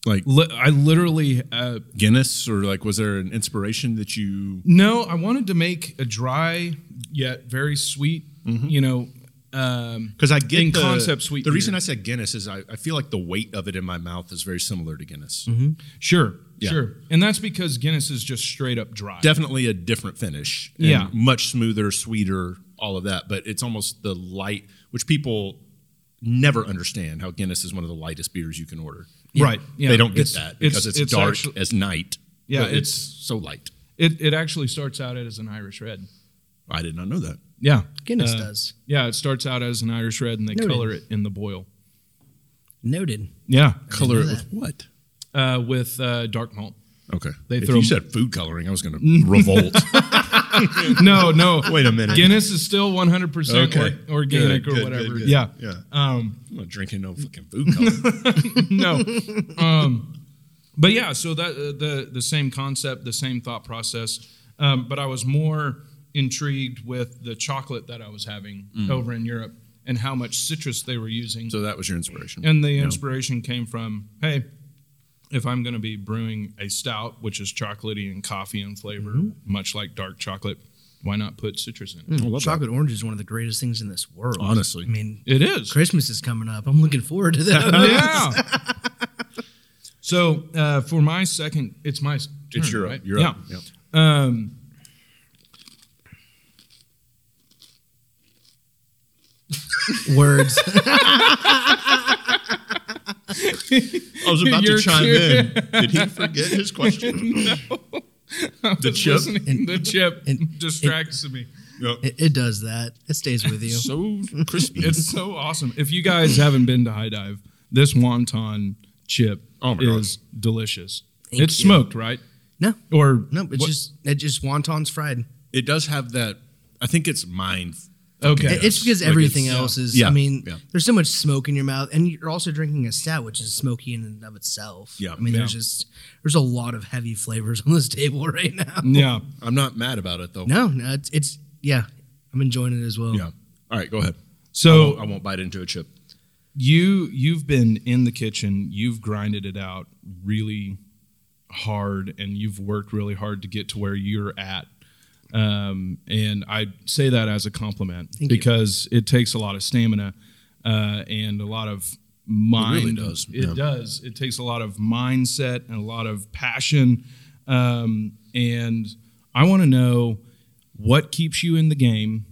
like Li- I literally uh, Guinness, or like was there an inspiration that you? No, I wanted to make a dry yet very sweet, Mm-hmm. you know, um, Because I get In the concept sweet The reason beer. I said Guinness is I, I feel like the weight of it in my mouth is very similar to Guinness. sure, Yeah. sure. And that's because Guinness is just straight up dry. Definitely a different finish. and Yeah. much smoother, sweeter, all of that. But it's almost the light, which people never understand how Guinness is one of the lightest beers you can order. Right. Yeah. They don't get It's- that because it's, dark actu- as night. Yeah, but it's, it's- so light. It, it actually starts out as an Irish red. I did not know that. Yeah. Uh, Guinness does. Yeah, it starts out as an Irish red and they Noted. color it in the boil. Noted. Yeah. Color it know with what? Uh, with uh, dark malt. Okay. They if throw you 'em- said food coloring, I was going to revolt. no, no. Wait a minute. Guinness is still 100% Okay. or- organic Good, or good, whatever. good, good. Yeah. Yeah. Um, I'm not drinking no fucking food coloring. no. Um, but yeah, so that uh, the the same concept, the same thought process, um, but I was more intrigued with the chocolate that I was having Mm. over in Europe and how much citrus they were using. So that was your inspiration. and the Yeah. inspiration came from, hey, if I'm going to be brewing a stout, which is chocolatey and coffee in flavor, Mm-hmm. much like dark chocolate, why not put citrus in Mm, it? Chocolate orange is one of the greatest things in this world. Honestly. I mean, It is. Christmas is coming up. I'm looking forward to that. yeah. so uh, for my second, it's my turn, It's your right? up. You're yeah. up. Yep. Um, Words. I was about You're to chime cute. in. Did he forget his question? the chip? the chip and- distracts me. No. It, it does that. It stays with you. So crispy. It's so awesome. If you guys haven't been to High Dive, this wonton chip Oh my God. is delicious. Thank it's you. smoked, right? no, Or no, it's what- just it just wontons fried. It does have that. I think it's mine. okay. It- It's because Like everything it's- else is. Yeah, I mean, yeah. there's so much smoke in your mouth, and you're also drinking a stout, which is smoky in and of itself. Yeah. I mean, there's Yeah. just there's a lot of heavy flavors on this table right now. yeah. I'm not mad about it though. No, no, it's, it's yeah. I'm enjoying it as well. Yeah. All right, go ahead. So oh. I won't bite into a chip. you you've been in the kitchen you've grinded it out really hard and you've worked really hard to get to where you're at um, and i say that as a compliment Thank you. because it takes a lot of stamina uh, and a lot of mind does, it yeah. does it takes a lot of mindset and a lot of passion um, and i want to know what keeps you in the game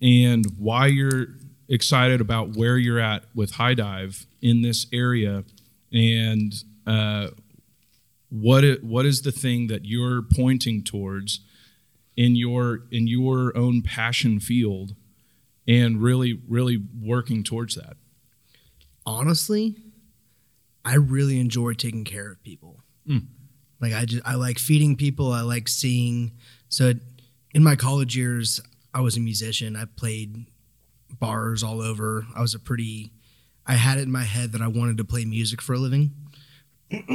and why you're excited about where you're at with high dive in this area and uh, what it, what is the thing that you're pointing towards in your in your own passion field and really really working towards that honestly, I really enjoy taking care of people. Like I just I like feeding people. I like seeing. So in my college years, I was a musician. I played bars all over. I was a pretty. I had it in my head that I wanted to play music for a living.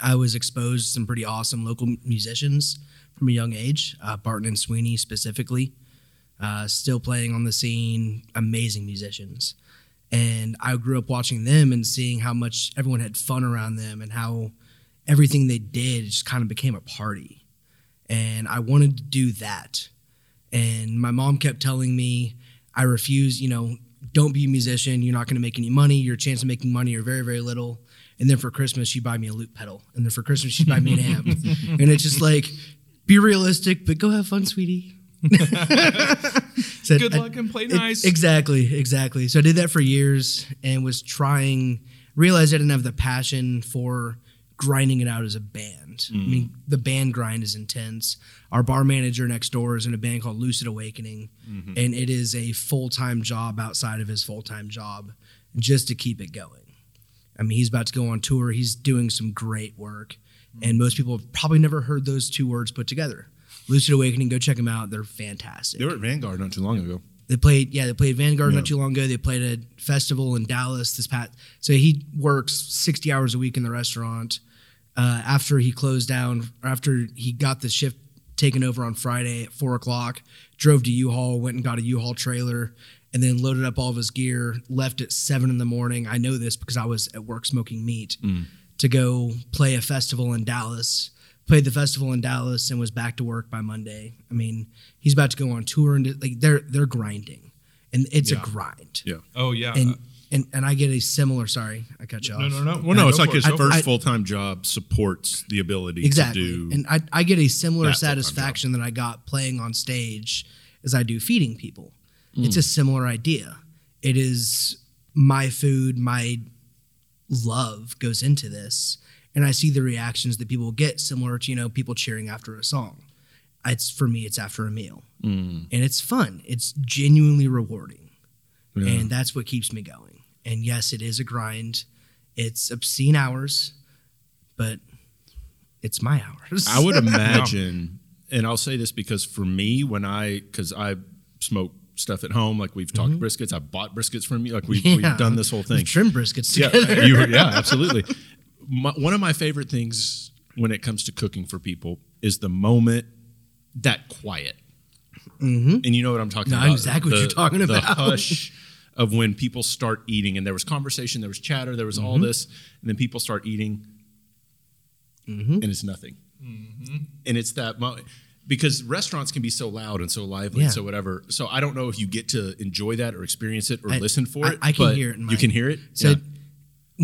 I was exposed to some pretty awesome local musicians from a young age, uh, Barton and Sweeney specifically, uh, still playing on the scene, amazing musicians and I grew up watching them and seeing how much everyone had fun around them and how everything they did just kind of became a party. And I wanted to do that. And my mom kept telling me, I refuse, you know, don't be a musician. You're not going to make any money. Your chance of making money are very, very little. And then for Christmas, she'd buy me a loop pedal. And then for Christmas, she'd buy me an amp. and it's just like, be realistic, but go have fun, sweetie. Said, uh, good "I- luck and play it- nice Exactly, exactly. So I did that for years and was trying. Realized I didn't have the passion for grinding it out as a band. Mm. I mean, the band grind is intense. Our bar manager next door is in a band called Lucid Awakening, Mm-hmm. and it is a full time job outside of his full time job just to keep it going. I mean, he's about to go on tour. He's doing some great work, Mm-hmm. and most people have probably never heard those two words put together. Lucid Awakening, go check them out. They're fantastic. They were at Vanguard not too long ago. They played, yeah, they played Vanguard Yeah. not too long ago. They played a festival in Dallas this past. So he works sixty hours a week in the restaurant. Uh, after he closed down, or after he got the shift taken over on Friday at four o'clock, drove to U-Haul, went and got a U-Haul trailer, and then loaded up all of his gear. Left at seven in the morning. I know this because I was at work smoking meat to go play a festival in Dallas. Played the festival in Dallas and was back to work by Monday. I mean, he's about to go on tour and like they're they're grinding, and it's Yeah. a grind. Yeah. oh yeah And and and I get a similar. Sorry, I cut you off. no no no Well, no, it's like his it. I- first full time job supports the ability Exactly. to do. and I, I get a that similar full-time satisfaction that I got playing on stage as I do feeding people. Hmm. It's a similar idea. It is my food, my love goes into this. And I see the reactions that people get, similar to, you know, people cheering after a song. It's for me, it's after a meal. Mm. And it's fun. It's genuinely rewarding. And that's what keeps me going. And yes, it is a grind. It's obscene hours, but it's my hours. I would imagine, and I'll say this because for me, when I because I smoke stuff at home, like we've talked briskets, I bought briskets from you, like we've, Mm-hmm. Yeah. we've done this whole thing. We've trimmed briskets Yeah, together. you were- yeah, absolutely. My, one of my favorite things when it comes to cooking for people is the moment that quiet. and you know what I'm talking No, I about. know Mm-hmm. exactly what you're talking the about. hush of when people start eating, and there was conversation, there was chatter, there was all Mm-hmm. this, and then people start eating, Mm-hmm. and it's nothing. And it's that mo- because restaurants can be so loud and so lively, Yeah. and so whatever. So I don't know if you get to enjoy that or experience it or I- listen for I- it. I can but hear it in you mine. can hear it. So yeah.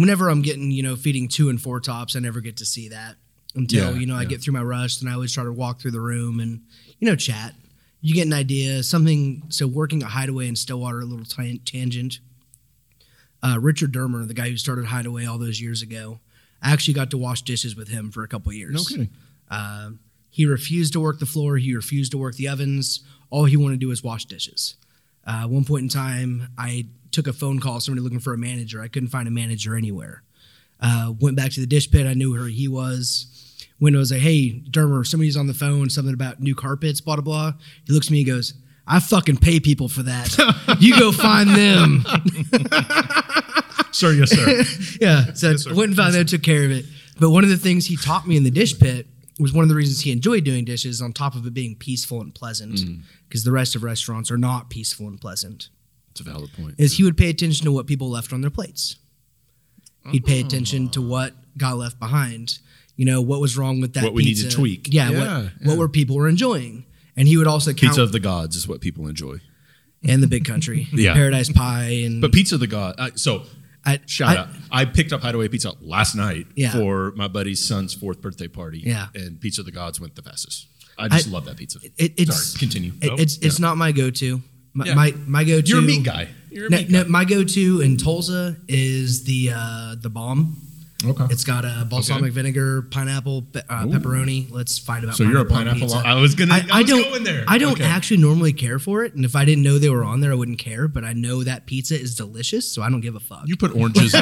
whenever I'm getting, you know, feeding two and four tops, I never get to see that until, Yeah, you know, I yeah. get through my rush and I always try to walk through the room and, you know, chat. You get an idea, something. So working at Hideaway in Stillwater, a little tan- tangent. Uh, Richard Dermer, the guy who started Hideaway all those years ago, I actually got to wash dishes with him for a couple years. No kidding. Uh, he refused to work the floor. He refused to work the ovens. All he wanted to do was wash dishes. Uh, at one point in time, I took a phone call, somebody looking for a manager. I couldn't find a manager anywhere. Uh, went back to the dish pit. I knew where he was. When I was like, hey, Dermer, somebody's on the phone, something about new carpets, blah, blah, blah. He looks at me and goes, I fucking pay people for that. you go find them. Sir, yes, sir. yeah. So I went and found that took care of it. But one of the things he taught me in the dish pit was one of the reasons he enjoyed doing dishes, on top of it being peaceful and pleasant, Mm. because the rest of restaurants are not peaceful and pleasant. It's a valid point. Is he would pay attention to what people left on their plates. He'd pay attention Oh. to what got left behind. You know what was wrong with that. What we need to pizza. tweak. Yeah. Yeah, what, what were people were enjoying, and he would also count Pizza of the gods is what people enjoy. and the big country, Yeah. paradise pie, and But pizza of the god. I, so I- shout I- out. I picked up Hideaway Pizza last night Yeah. for my buddy's son's fourth birthday party. Yeah. and Pizza of the Gods went the fastest. I just I- love that pizza. It, it's Sorry, continue. Oh, it- it's it's not my go-to. My Yeah. my, my go-to. You're a meat guy. You're a No, meat no, guy. my go-to in Tulsa is the uh, the bomb. Okay. It's got a balsamic Okay. vinegar, pineapple, pe- uh, pepperoni. Let's find out. So you're a pineapple pizza. on- I was gonna- I was don't. going there. I don't Okay. actually normally care for it, and if I didn't know they were on there, I wouldn't care. But I know that pizza is delicious, so I don't give a fuck. You put oranges.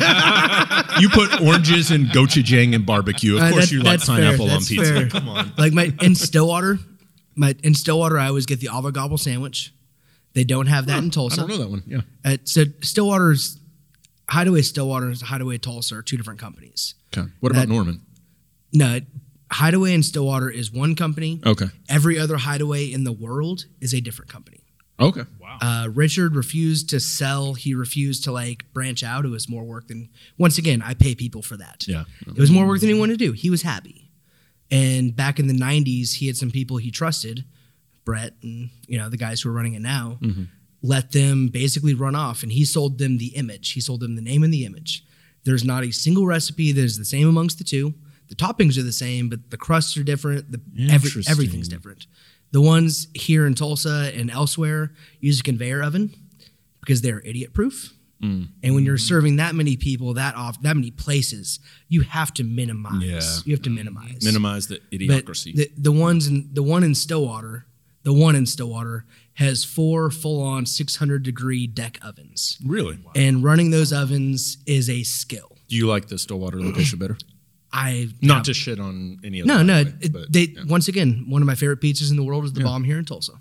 you put oranges and gochujang and barbecue. Of Uh, course, that- you like that's fair, pineapple on that's pizza. fair. Come on. like my in Stillwater, my in Stillwater, I always get the avogobble sandwich. They don't have that in I Tulsa. don't know that one. Yeah. Uh, so Stillwater's Hideaway Stillwater and Hideaway Tulsa are two different companies. Okay. What about That- Norman? No, it- Hideaway and Stillwater is one company. Okay. Every other Hideaway in the world is a different company. Okay. Uh, Richard refused to sell. He refused to like branch out. It was more work than once again. I pay people for that. Yeah. it was more work than he wanted to do. He was happy, and back in the '90s, he had some people he trusted, Brett and you know the guys who are running it now, Mm-hmm. let them basically run off, and he sold them the image. He sold them the name and the image. There's not a single recipe that is the same amongst the two. The toppings are the same, but the crusts are different. The every, Interesting. everything's different. The ones here in Tulsa and elsewhere use a conveyor oven because they're idiot proof. Mm. And when you're serving that many people, that off that many places, you have to minimize. Yeah. You have to minimize. Minimize the But idiocracy. the, the ones in the one in Stillwater, the one in Stillwater has four full-on 600 degree deck ovens, really? and running those ovens is a skill. Do you like the Stillwater location better? I Not to shit on any of No, that, no. but- it- but, they yeah. once again one of my favorite pizzas in the world is the bomb here in Tulsa,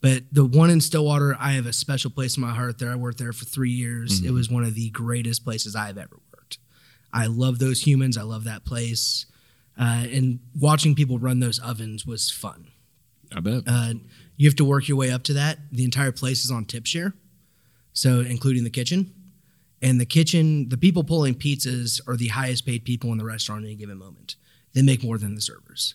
but the one in Stillwater, I have a special place in my heart. There, I worked there for three years. Mm-hmm. It was one of the greatest places I have ever worked. I love those humans. I love that place, uh, and watching people run those ovens was fun. I bet. Uh, you have to work your way up to that. The entire place is on tip share, so including the kitchen. And the kitchen, the people pulling pizzas are the highest paid people in the restaurant at any given moment. They make more than the servers,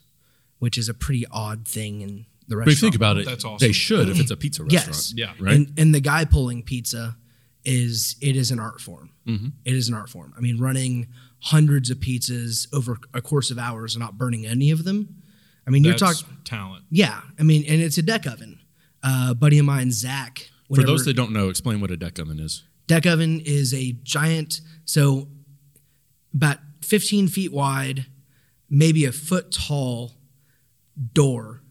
which is a pretty odd thing in the restaurant. But if you think about it, That's awesome. they should if it's a pizza restaurant. Yes. Yeah. Right? And, and the guy pulling pizza is it is an art form. Mm-hmm. It is an art form. I mean, running hundreds of pizzas over a course of hours and not burning any of them. I mean, That's you're talking talent. yeah, I mean, and it's a deck oven. Uh, a buddy of mine, Zach. For whenever- those that don't know, explain what a deck oven is. deck oven is a giant, so about 15 feet wide, maybe a foot tall door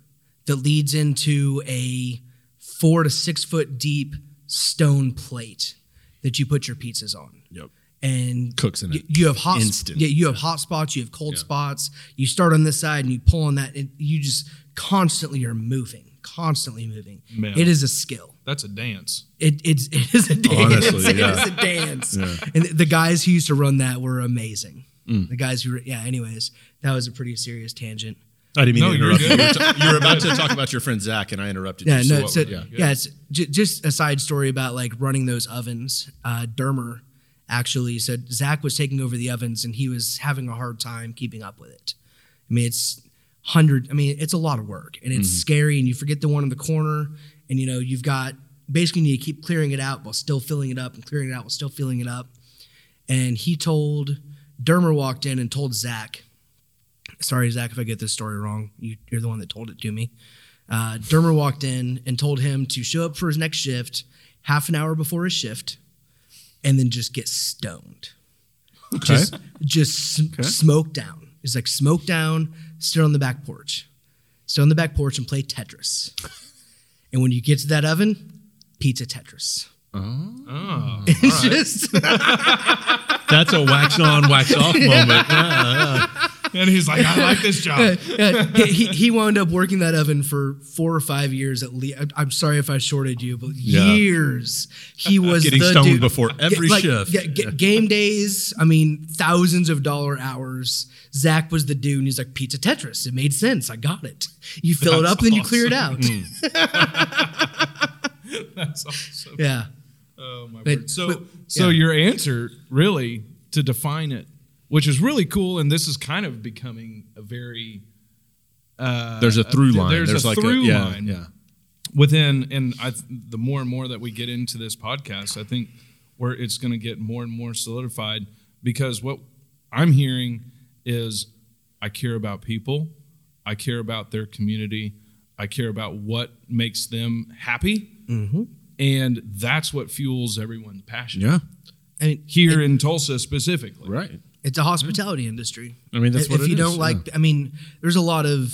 that leads into a four to six foot deep stone plate that you put your pizzas on. Yep. And Cooks in y- it. You have hot Instant. Yeah, you have hot spots. You have cold spots. You start on this side and you pull on that. And you just constantly are moving, constantly moving. Man. It is a skill. That's a dance. It, it's it is a dance. Honestly, yeah. It is Mm. a dance. And the guys who used to run that were amazing. The guys who, were- yeah. Anyways, that was a pretty serious tangent. I didn't mean No, to you're interrupt you. You good. were, ta- you were about to talk about your friend Zach, and I interrupted Yeah, you. no, what- so, yeah. yeah, it's j- just a side story about like running those ovens. Uh, Dermer actually said Zach was taking over the ovens and he was having a hard time keeping up with it. I mean, it's hundred. I mean, it's a lot of work and it's scary, and you forget the one in the corner, and you know you've got basically you need to keep clearing it out while still filling it up and clearing it out while still filling it up. And he told Dermer walked in and told Zach. Sorry, Zach, if I get this story wrong. You, you're the one that told it to me. Uh, Dermer walked in and told him to show up for his next shift half an hour before his shift, and then just get stoned, just just sm- smoke down. He's like smoke down, sit on the back porch, sit on the back porch and play Tetris. and when you get to that oven, pizza Tetris. Oh, It's just That's a wax on, wax off moment. and he's like, I like this job. Yeah, he, he, he wound up working that oven for four or five years at least. I'm sorry if I shorted you, but Yeah. years. He was Getting the stoned dude- before every like, shift. yeah, ga- game days. I mean, thousands of dollar hours. Zach was the dude, and he's like pizza Tetris. It made sense. I got it. You fill it up, and then you clear it out. Hmm. That's awesome. Yeah, Oh my But- word. So but- so yeah. your answer really to define it, which is really cool, and this is kind of becoming a very uh, There's a through line. There's, a like through a, yeah, line Yeah. within, and I, th- the more and more that we get into this podcast, I think where it's going to get more and more solidified because what I'm hearing is I care about people, I care about their community, I care about what makes them happy, and that's what fuels everyone's passion. Yeah. I mean, Here in Tulsa specifically, Right. it's a hospitality industry. I mean, that's if what if it you is, don't yeah. like. I mean, there's a lot of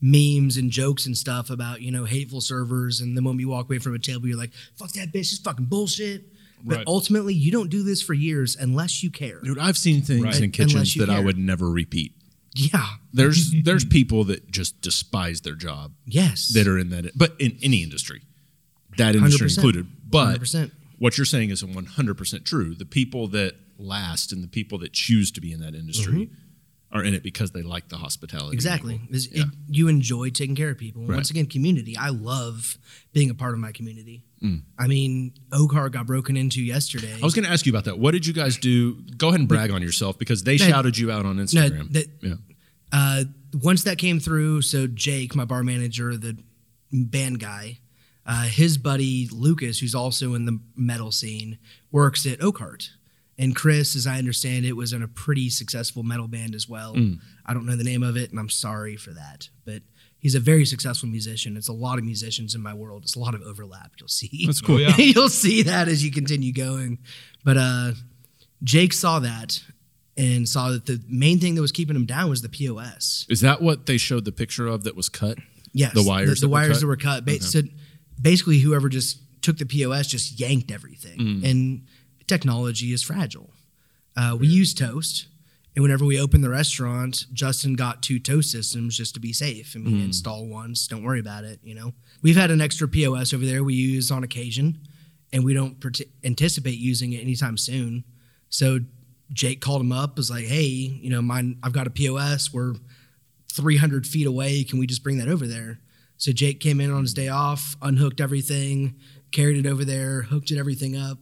memes and jokes and stuff about you know hateful servers, and then when we walk away from a table, you're like, "Fuck that bitch, it's fucking bullshit." But Right. ultimately, you don't do this for years unless you care. Dude, I've seen things Right. in Unless kitchens you that I care. would never repeat. Yeah. There's there's people that just despise their job Yes. that are in that, but in any industry, that industry 100%. included. But 100%. what you're saying is 100% true. The people that last and the people that choose to be in that industry are in it because they like the hospitality. Mm-hmm. Exactly. Is- it- Yeah. you enjoy taking care of people. Right. Once again, community. I love being a part of my community. I mean, Ocar got broken into yesterday. Mm. I was going to ask you about that. What did you guys do? Go ahead and brag on yourself because they No, shouted you out on Instagram. that- yeah. uh, once that came through, so Jake, my bar manager, the band guy, uh, his buddy Lucas, who's also in the metal scene, works at Oakhart. And Chris, as I understand it, was in a pretty successful metal band as well. I don't know the name of it, and I'm sorry for that. But he's a very successful musician. It's a lot of musicians in my world. It's a lot of overlap. You'll see. That's cool. Oh, yeah. You'll see that as you continue going. But uh, Jake saw that and saw that the main thing that was keeping him down was the POS. Is that what they showed the picture of that was cut? Yes, The wires. the, that wires were cut? that were cut. Ba- so basically, whoever just took the POS just yanked everything, Mm. and technology is fragile. Uh, we use Toast, and whenever we open the restaurant, Justin got two Toast systems just to be safe. I mean, Mm. install once, don't worry about it. You know, we've had an extra POS over there we use on occasion, and we don't parti anticipate using it anytime soon. So Jake called him up, was like, "Hey, you know, mine. I've got a POS. We're 300 feet away. Can we just bring that over there? So Jake came in on his day off, unhooked everything, carried it over there, hooked it everything up,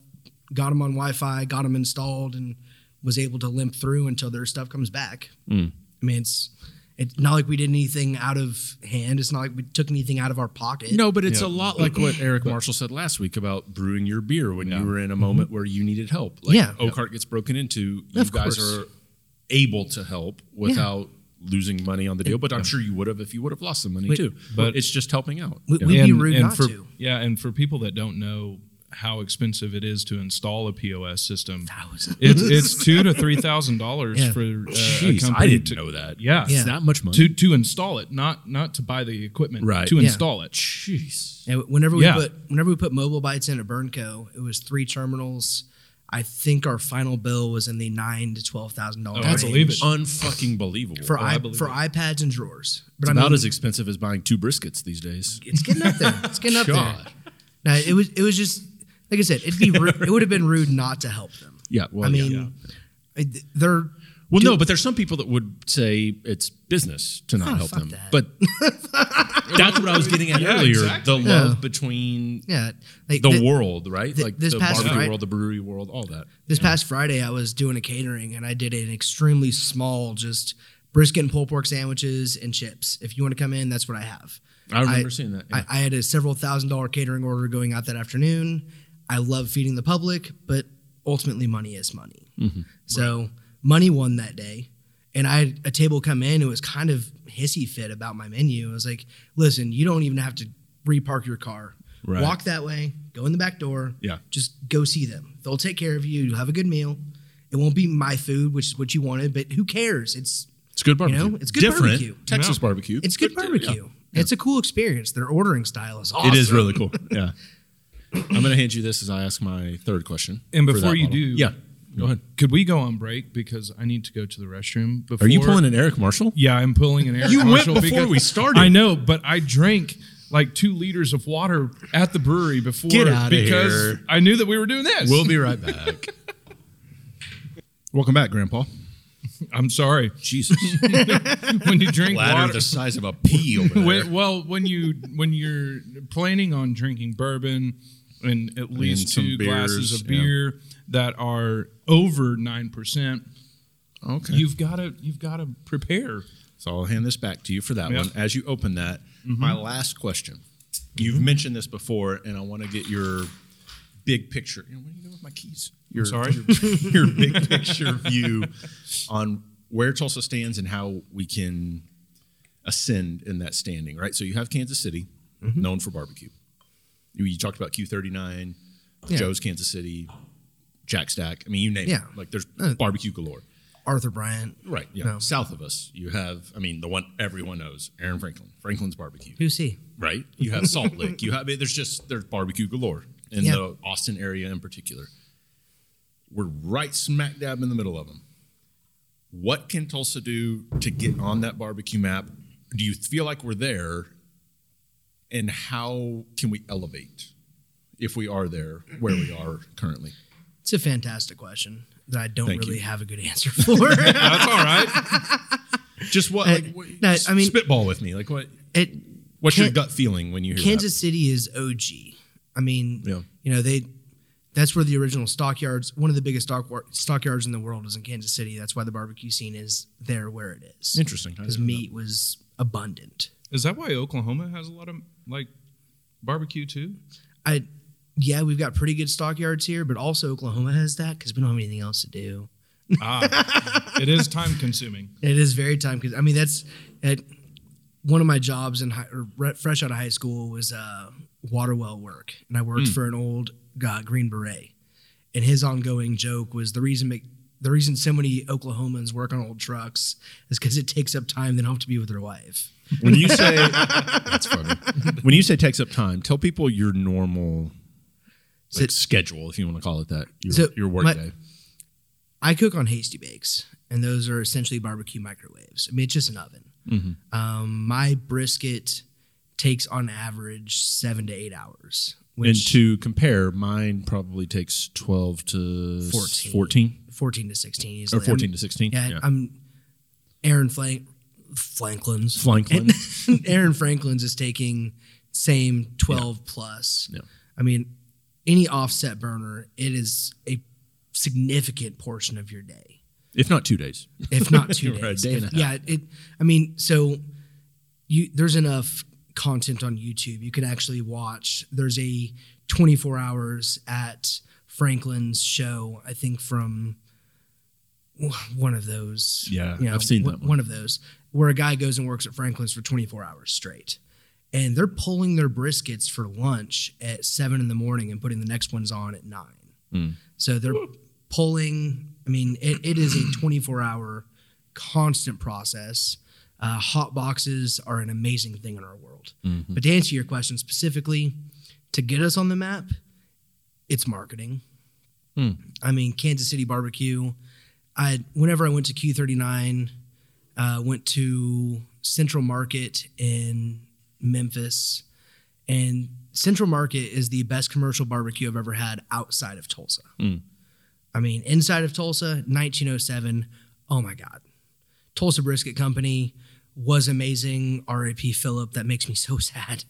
got him on Wi-Fi, got him installed, and was able to limp through until their stuff comes back. Hmm. I mean, it's it's not like we did anything out of hand. It's not like we took anything out of our pocket. No, but it's a lot like what Eric Marshall said last week about brewing your beer when you were in a moment where you needed help. Like Mm-hmm. Yeah. Oakhart gets broken into, you Of guys course. are able to help without losing money on the deal, but I'm sure you would have if you would have lost some money too. But But- it's just helping out. We- Yeah. we- It'd be rude not for, to. Yeah, and for people that don't know how expensive it is to install a POS system, Thousands. it's, it's two to three thousand dollars Yeah. for uh, a Jeez, company I didn't to, know that. Yeah, It's Yeah. that much money. to to install it, not not to buy the equipment, Right. To Yeah. install it. Jeez. And whenever we Yeah. put whenever we put mobile bytes in at Burnco, it was three terminals. I think our final bill was in the nine to twelve thousand dollars. Oh, I believe it. Unfucking believable. for Oh, I I, believe for it. iPads and drawers. But it's I about mean, as e- expensive as buying two briskets these days. it's getting up there. It's getting up God. there. No, it was it was just like I said. It'd be ru- it would have been rude not to help them. Yeah. Well, I yeah. mean, I- they're Well, no, but there's some people that would say it's business to not Oh, help fuck them. that. But that's what I was getting at Yeah, earlier. exactly. The love between Yeah, like the thi- world, right? thi- like this the past barbecue Fri- world, the brewery world, all that. This past Friday, I was doing a catering and I did an extremely small, just brisket and pulled pork sandwiches and chips. If you want to come in, that's what I have. I remember seeing that, yeah. I, I had a several thousand dollar catering order going out that afternoon. I love feeding the public, but ultimately, money is money. Mm-hmm. So, money won that day. And I had a table come in who was kind of hissy fit about my menu. I was like, listen, you don't even have to repark your car. Right. Walk that way, go in the back door. Yeah. Just go see them. They'll take care of you. You'll have a good meal. It won't be my food, which is what you wanted, but who cares? It's It's good barbecue. know, it's good Different barbecue. Texas barbecue. it's good but, yeah. barbecue. It's a cool experience. Their ordering style is awesome. It is really cool. Yeah. I'm going to hand you this as I ask my third question. And for before that you model. do- yeah, go ahead. Could we go on break because I need to go to the restroom? Before, Are you pulling an Eric Marshall? Yeah, I'm pulling an air. You went marshal before because- we started. I know, but I drank like two liters of water at the brewery before Get outta because here. I knew that we were doing this. We'll be right back. Welcome back, Grandpa. I'm sorry Jesus, when you drink ladder water. the size of a pea over there. when, well, when you when you're planning on drinking bourbon and at least some two glasses beers, of yeah. beer that are over nine percent, okay, you've got to you've got to prepare. So I'll hand this back to you for that Yeah. one. As you open that, Mm-hmm. my last question. You've mentioned this before, and I want to get your big picture. You know, what are you doing with my keys? Your, sorry? Your, your big picture view on where Tulsa stands and how we can ascend in that standing, right? So you have Kansas City, Mm-hmm. known for barbecue. You, you talked about Q39, Yeah. Joe's Kansas City, Jack Stack. I mean, you name Yeah. it. Like there's Uh, barbecue galore. Arthur Bryant. Right. Yeah. No. South of us, you have. I mean, the one everyone knows, Aaron Franklin, Franklin's barbecue. Who's he? Right. You have Salt Lake. You have. I mean, there's just there's barbecue galore in Yeah. the Austin area in particular. We're right smack dab in the middle of them. What can Tulsa do to get on that barbecue map? Do you feel like we're there? And how can we elevate if we are there where we are currently? It's a fantastic question that I don't Thank really you. have a good answer for. That's all right. Just what? Like, what no, I mean- spitball with me. Like what? it, What's your Kan- gut feeling when you hear Kansas City is OG. I mean, Yeah. you know they. That's where the original stockyards, one of the biggest stock stockyards in the world, is in Kansas City. That's why the barbecue scene is there where it is. Interesting. I because didn't know meat was abundant. Is that why Oklahoma has a lot of like barbecue too? I, yeah, we've got pretty good stockyards here, but also Oklahoma has that because we don't have anything else to do. Ah, it is time consuming. It is very time because I mean that's at one of my jobs in high, or re- fresh out of high school was uh, water well work, and I worked for an old guy, Green Beret, and his ongoing joke was the reason Mc, the reason so many Oklahomans work on old trucks is because it takes up time they don't have to be with their wife. that. When you say that's funny. When you say takes up time, tell people your normal So- like, schedule, if you want to call it that. Your, So your work my- day. I cook on hasty bakes, and those are essentially barbecue microwaves. I mean, it's just an oven. Um, my brisket takes on average seven to eight hours. And to compare, mine probably takes twelve to 14. 14 14 to 16 or easily. fourteen I'm- to sixteen. Yeah, I'm Aaron Flank Franklin's Franklin. Aaron Franklin's is taking same 12 plus. Yeah. I mean, any offset burner, it is a significant portion of your day if not two days. if not two Right, days. day and If- a yeah, it. I mean, so you there's enough content on YouTube. You can actually watch. There's a 24 hours at Franklin's show. I think from w- one of those. Yeah, I've seen one- that one. One of those where a guy goes and works at Franklin's for 24 hours straight. And they're pulling their briskets for lunch at seven in the morning and putting the next ones on at nine. Hmm. So they're pulling. I mean, it, it is a 24 hour constant process. Uh, hot boxes are an amazing thing in our world. Mm-hmm. But to answer your question specifically, to get us on the map, it's marketing. I mean, Kansas City barbecue. I whenever I went to Q39, uh, went to Central Market in Memphis, and Central Market is the best commercial barbecue I've ever had outside of Tulsa. I mean, inside of Tulsa, 1907, oh my God. Tulsa Brisket Company was amazing. RAP Philip, that makes me so sad.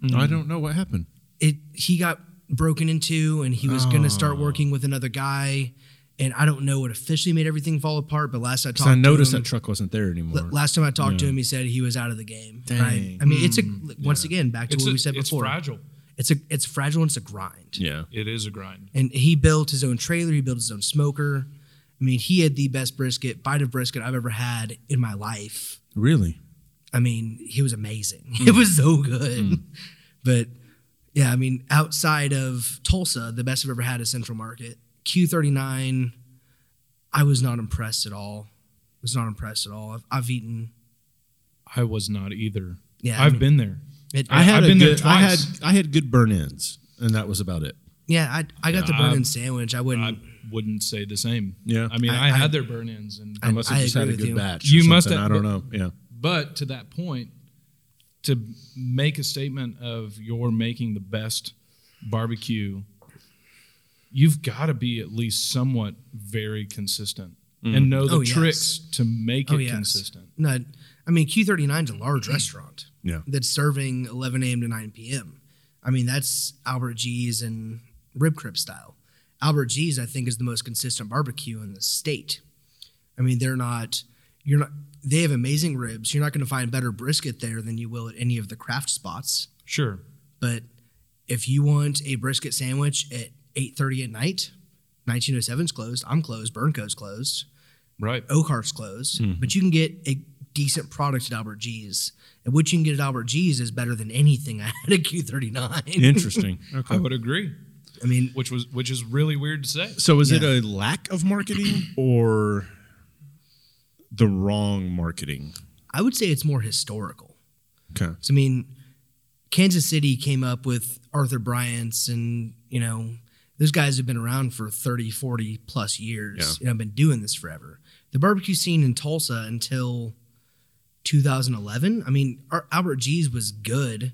Mm. I don't know what happened. It he got broken into and he was gonna Oh. start working with another guy. And I don't know what officially made everything fall apart, but last I talked 'Cause I noticed to him, that truck wasn't there anymore. l- last time I talked to him, he said he was out of the game. Right? I mean, it's a Hmm. once again back to It's what a- we said it's before. fragile. It's a it's fragile and it's a grind. yeah. It is a grind. And he built his own trailer. He built his own smoker. I mean, he had the best brisket, bite of brisket I've ever had in my life. Really? I mean, he was amazing. It was so good. But yeah, I mean, outside of Tulsa, the best I've ever had is Central Market. Q39, I was not impressed at all. Was not impressed at all. I've, I've eaten. I was not either. Yeah, I I've mean- been there. It, I had I've a been there good, I had twice. I had good burn ins, and that was about it. yeah, I, I got the Yeah, burn I- in sandwich. I wouldn't. I wouldn't say the same. Yeah. I mean, I, I- I- had their burn-ins, and I must have I just agree had a with good you. batch. You or must something. have- I don't know. Yeah. but to that point, to make a statement of you're making the best barbecue, you've got to be at least somewhat very consistent and know the Oh, yes. Oh, tricks to make it yes. consistent. No, I mean Q39 is a large restaurant. Yeah. That's serving 11 a.m. to 9 p.m. I mean that's Albert G's and Rib Crib style. Albert G's I think is the most consistent barbecue in the state. I mean they're not you're not they have amazing ribs. You're not going to find better brisket there than you will at any of the craft spots. Sure. But if you want a brisket sandwich at 8:30 at night, 1907's closed. I'm closed. Burnco's closed. Right. Oakhart's closed, but you can get a decent product at Albert G's. And what you can get at Albert G's is better than anything I had at Q39. Interesting. I would agree. I mean, Which was which is really weird to say. So is Yeah. it a lack of marketing or the wrong marketing? I would say it's more historical. Okay. So, I mean, Kansas City came up with Arthur Bryant's and, you know, those guys have been around for 30, 40 plus years and have been doing this forever. The barbecue scene in Tulsa until 2011, I mean, Ar- Albert G's was good,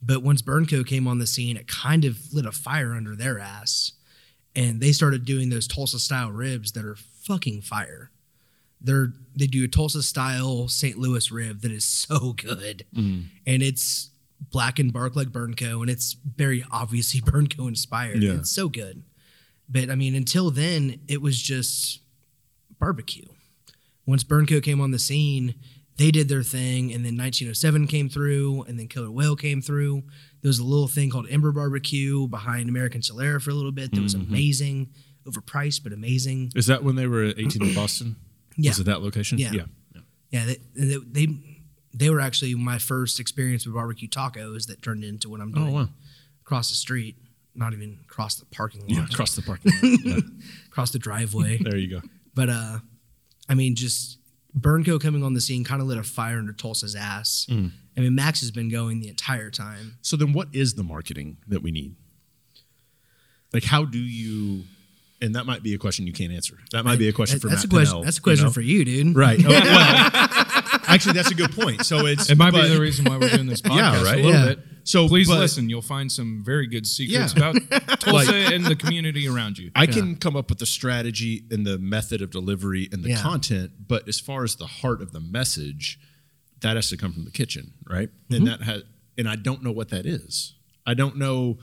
but once Burnco came on the scene, it kind of lit a fire under their ass. And they started doing those Tulsa style ribs that are fucking fire. They're they do a Tulsa style St. Louis rib that is so good and it's black and bark like Burnco, and it's very obviously Burnco inspired. Yeah. It's so good. But I mean, until then, it was just barbecue. Once Burnco came on the scene, they did their thing, and then 1907 came through, and then Killer Whale came through. There was a little thing called Ember Barbecue behind American Solera for a little bit that was Mm-hmm. amazing, overpriced but amazing. Is that when they were at 18 in Boston? Yeah. Was it that location? Yeah. Yeah. Yeah, they, they they they were actually my first experience with barbecue tacos that turned into what I'm doing. Oh, wow. Across the street, not even across the parking lot, Yeah. Across the parking lot. Yeah. across the driveway. There you go. but uh, I mean, just Burnco coming on the scene kind of lit a fire under Tulsa's ass. Mm. I mean, Max has been going the entire time. So then what is the marketing that we need? Like how do you and that might be a question you can't answer. That might be a question That- for that's Matt a question. Pinnell, that's a question you know? for you, dude. Right. Oh, well, actually that's a good point. So it's It might but- be the reason why we're doing this podcast right. a little Yeah. bit. So, please but- listen. You'll find some very good secrets Yeah. about Tulsa and the community around you. I can come up with the strategy and the method of delivery and the Yeah. content, but as far as the heart of the message, that has to come from the kitchen, right? Mm-hmm. And that has, and I don't know what that is. I don't know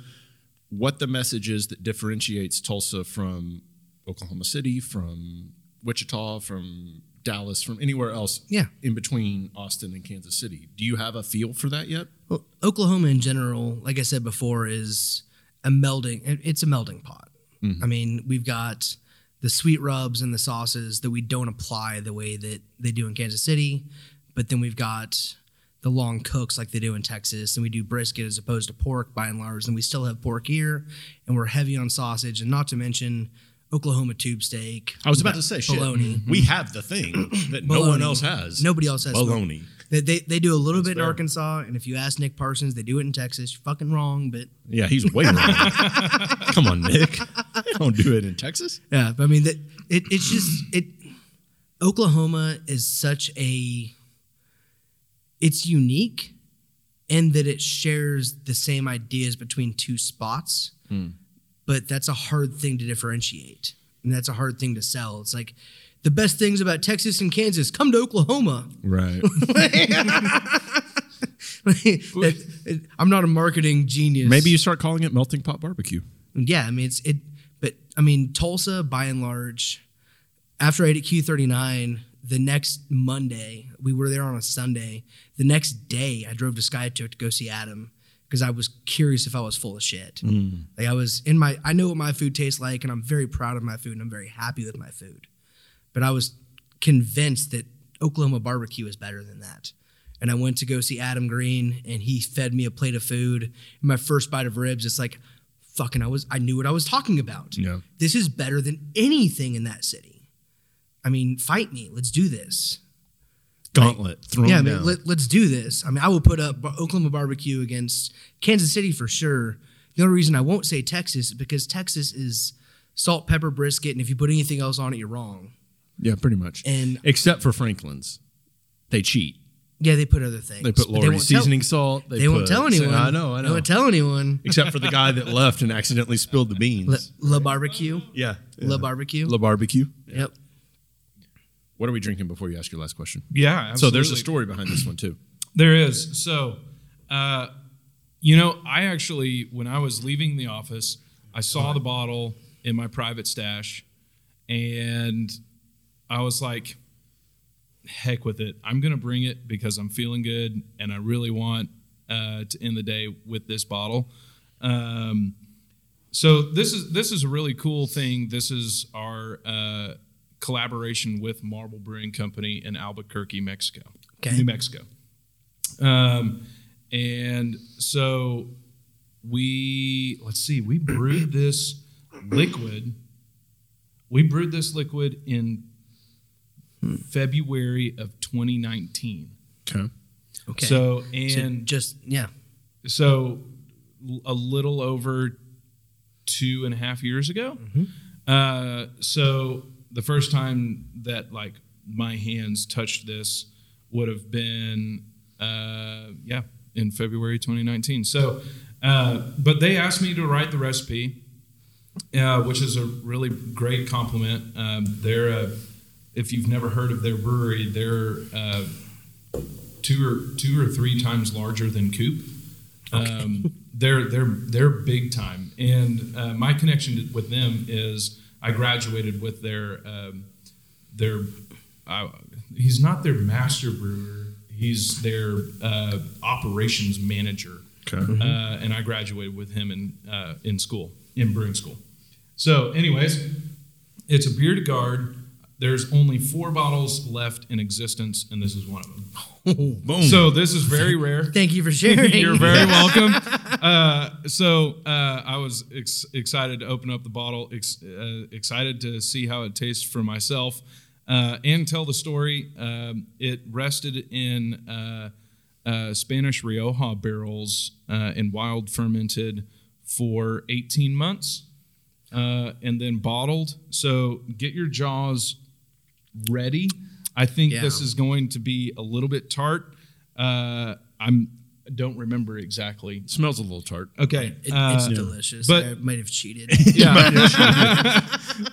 what the message is that differentiates Tulsa from Oklahoma City, from Wichita, from Dallas, from anywhere else. Yeah. in between Austin and Kansas City, do you have a feel for that yet? Well, Oklahoma in general, like I said before, is a melding. it- It's a melding pot. I mean, we've got the sweet rubs and the sauces that we don't apply the way that they do in Kansas City, but then we've got the long cooks like they do in Texas, and we do brisket as opposed to pork by and large, and we still have pork here, and we're heavy on sausage, and not to mention Oklahoma tube steak. I was about to say, shit, bologna. we have the thing that no one Bologna. else has. Nobody else has smoked. Bologna. They, they, they do a little bit in Arkansas, and if you ask Nick Parsons, they do it in Texas. You're fucking wrong, but Yeah, he's way wrong. Come on, Nick. Don't do it in Texas. Yeah, but I mean that it, it's just it Oklahoma is such a it's unique in that it shares the same ideas between two spots. Hmm. But that's a hard thing to differentiate. And that's a hard thing to sell. It's like the best things about Texas and Kansas. Come to Oklahoma. Right. That- it- I'm not a marketing genius. Maybe you start calling it melting pot barbecue. Yeah, I mean it's it, but I mean Tulsa by and large. After I ate at Q39, the next Monday we were there on a Sunday. The next day I drove to Skytook to go see Adam because I was curious if I was full of shit. Like I was in my, I know what my food tastes like, and I'm very proud of my food, and I'm very happy with my food. But I was convinced that Oklahoma barbecue is better than that. And I went to go see Adam Green, and he fed me a plate of food. And my first bite of ribs, it's like, fucking, I was, I knew what I was talking about. Yeah. This is better than anything in that city. I mean, fight me. Let's do this. Gauntlet. Thrown Yeah, I mean, down. let, let's do this. I mean, I will put up Bar- Oklahoma barbecue against Kansas City for sure. The only reason I won't say Texas is because Texas is salt, pepper, brisket, and if you put anything else on it, you're wrong. yeah, pretty much. And- Except for Franklin's. They cheat. Yeah, they put other things. They put but Lori won't tell- seasoning salt. They, won't put- tell anyone. I know, I They know. won't tell anyone. Except for the guy that left and accidentally spilled the beans. La, La barbecue. yeah. La barbecue. La barbecue. Yep. What are we drinking before you ask your last question? Yeah, So there's a absolutely. story behind this one too. There is. So, uh, you know, I actually, when I was leaving the office, I saw the bottle in my private stash and I was like, heck with it. I'm going to bring it because I'm feeling good and I really want uh, to end the day with this bottle. Um, so this is this is a really cool thing. This is our uh, collaboration with Marble Brewing Company in Albuquerque, Mexico, Okay. New Mexico. Um, and so we let's see, we brewed this liquid. We brewed this liquid in February of 2019. Okay. Okay. So So and just yeah. so l- a little over two and a half years ago. Uh, so the first time that like my hands touched this would have been uh, yeah in February 2019. So, uh, but they asked me to write the recipe, uh, which is a really great compliment. Um, they're a, if you've never heard of their brewery, they're uh, two or two or three times larger than Coop. Um, they're they're they're big time, and uh, my connection to- with them is I graduated with their um, their. I, he's not their master brewer. He's their uh, operations manager, Okay. uh, and I graduated with him in uh, in school in brewing school. So, anyways, it's a beer to guard. There's only four bottles left in existence, and this is one of them. Boom. So this is very rare. Thank you for sharing. You're very welcome. Uh, so uh, I was ex- excited to open up the bottle, ex- uh, excited to see how it tastes for myself, uh, and tell the story. Um, it rested in uh, uh, Spanish Rioja barrels uh, and wild fermented for 18 months, uh, and then bottled. So get your jaws ready. I think Yeah. this is going to be a little bit tart. Uh, I'm don't remember exactly. smells a little tart. Okay, It- uh, it's delicious. but- I might have cheated.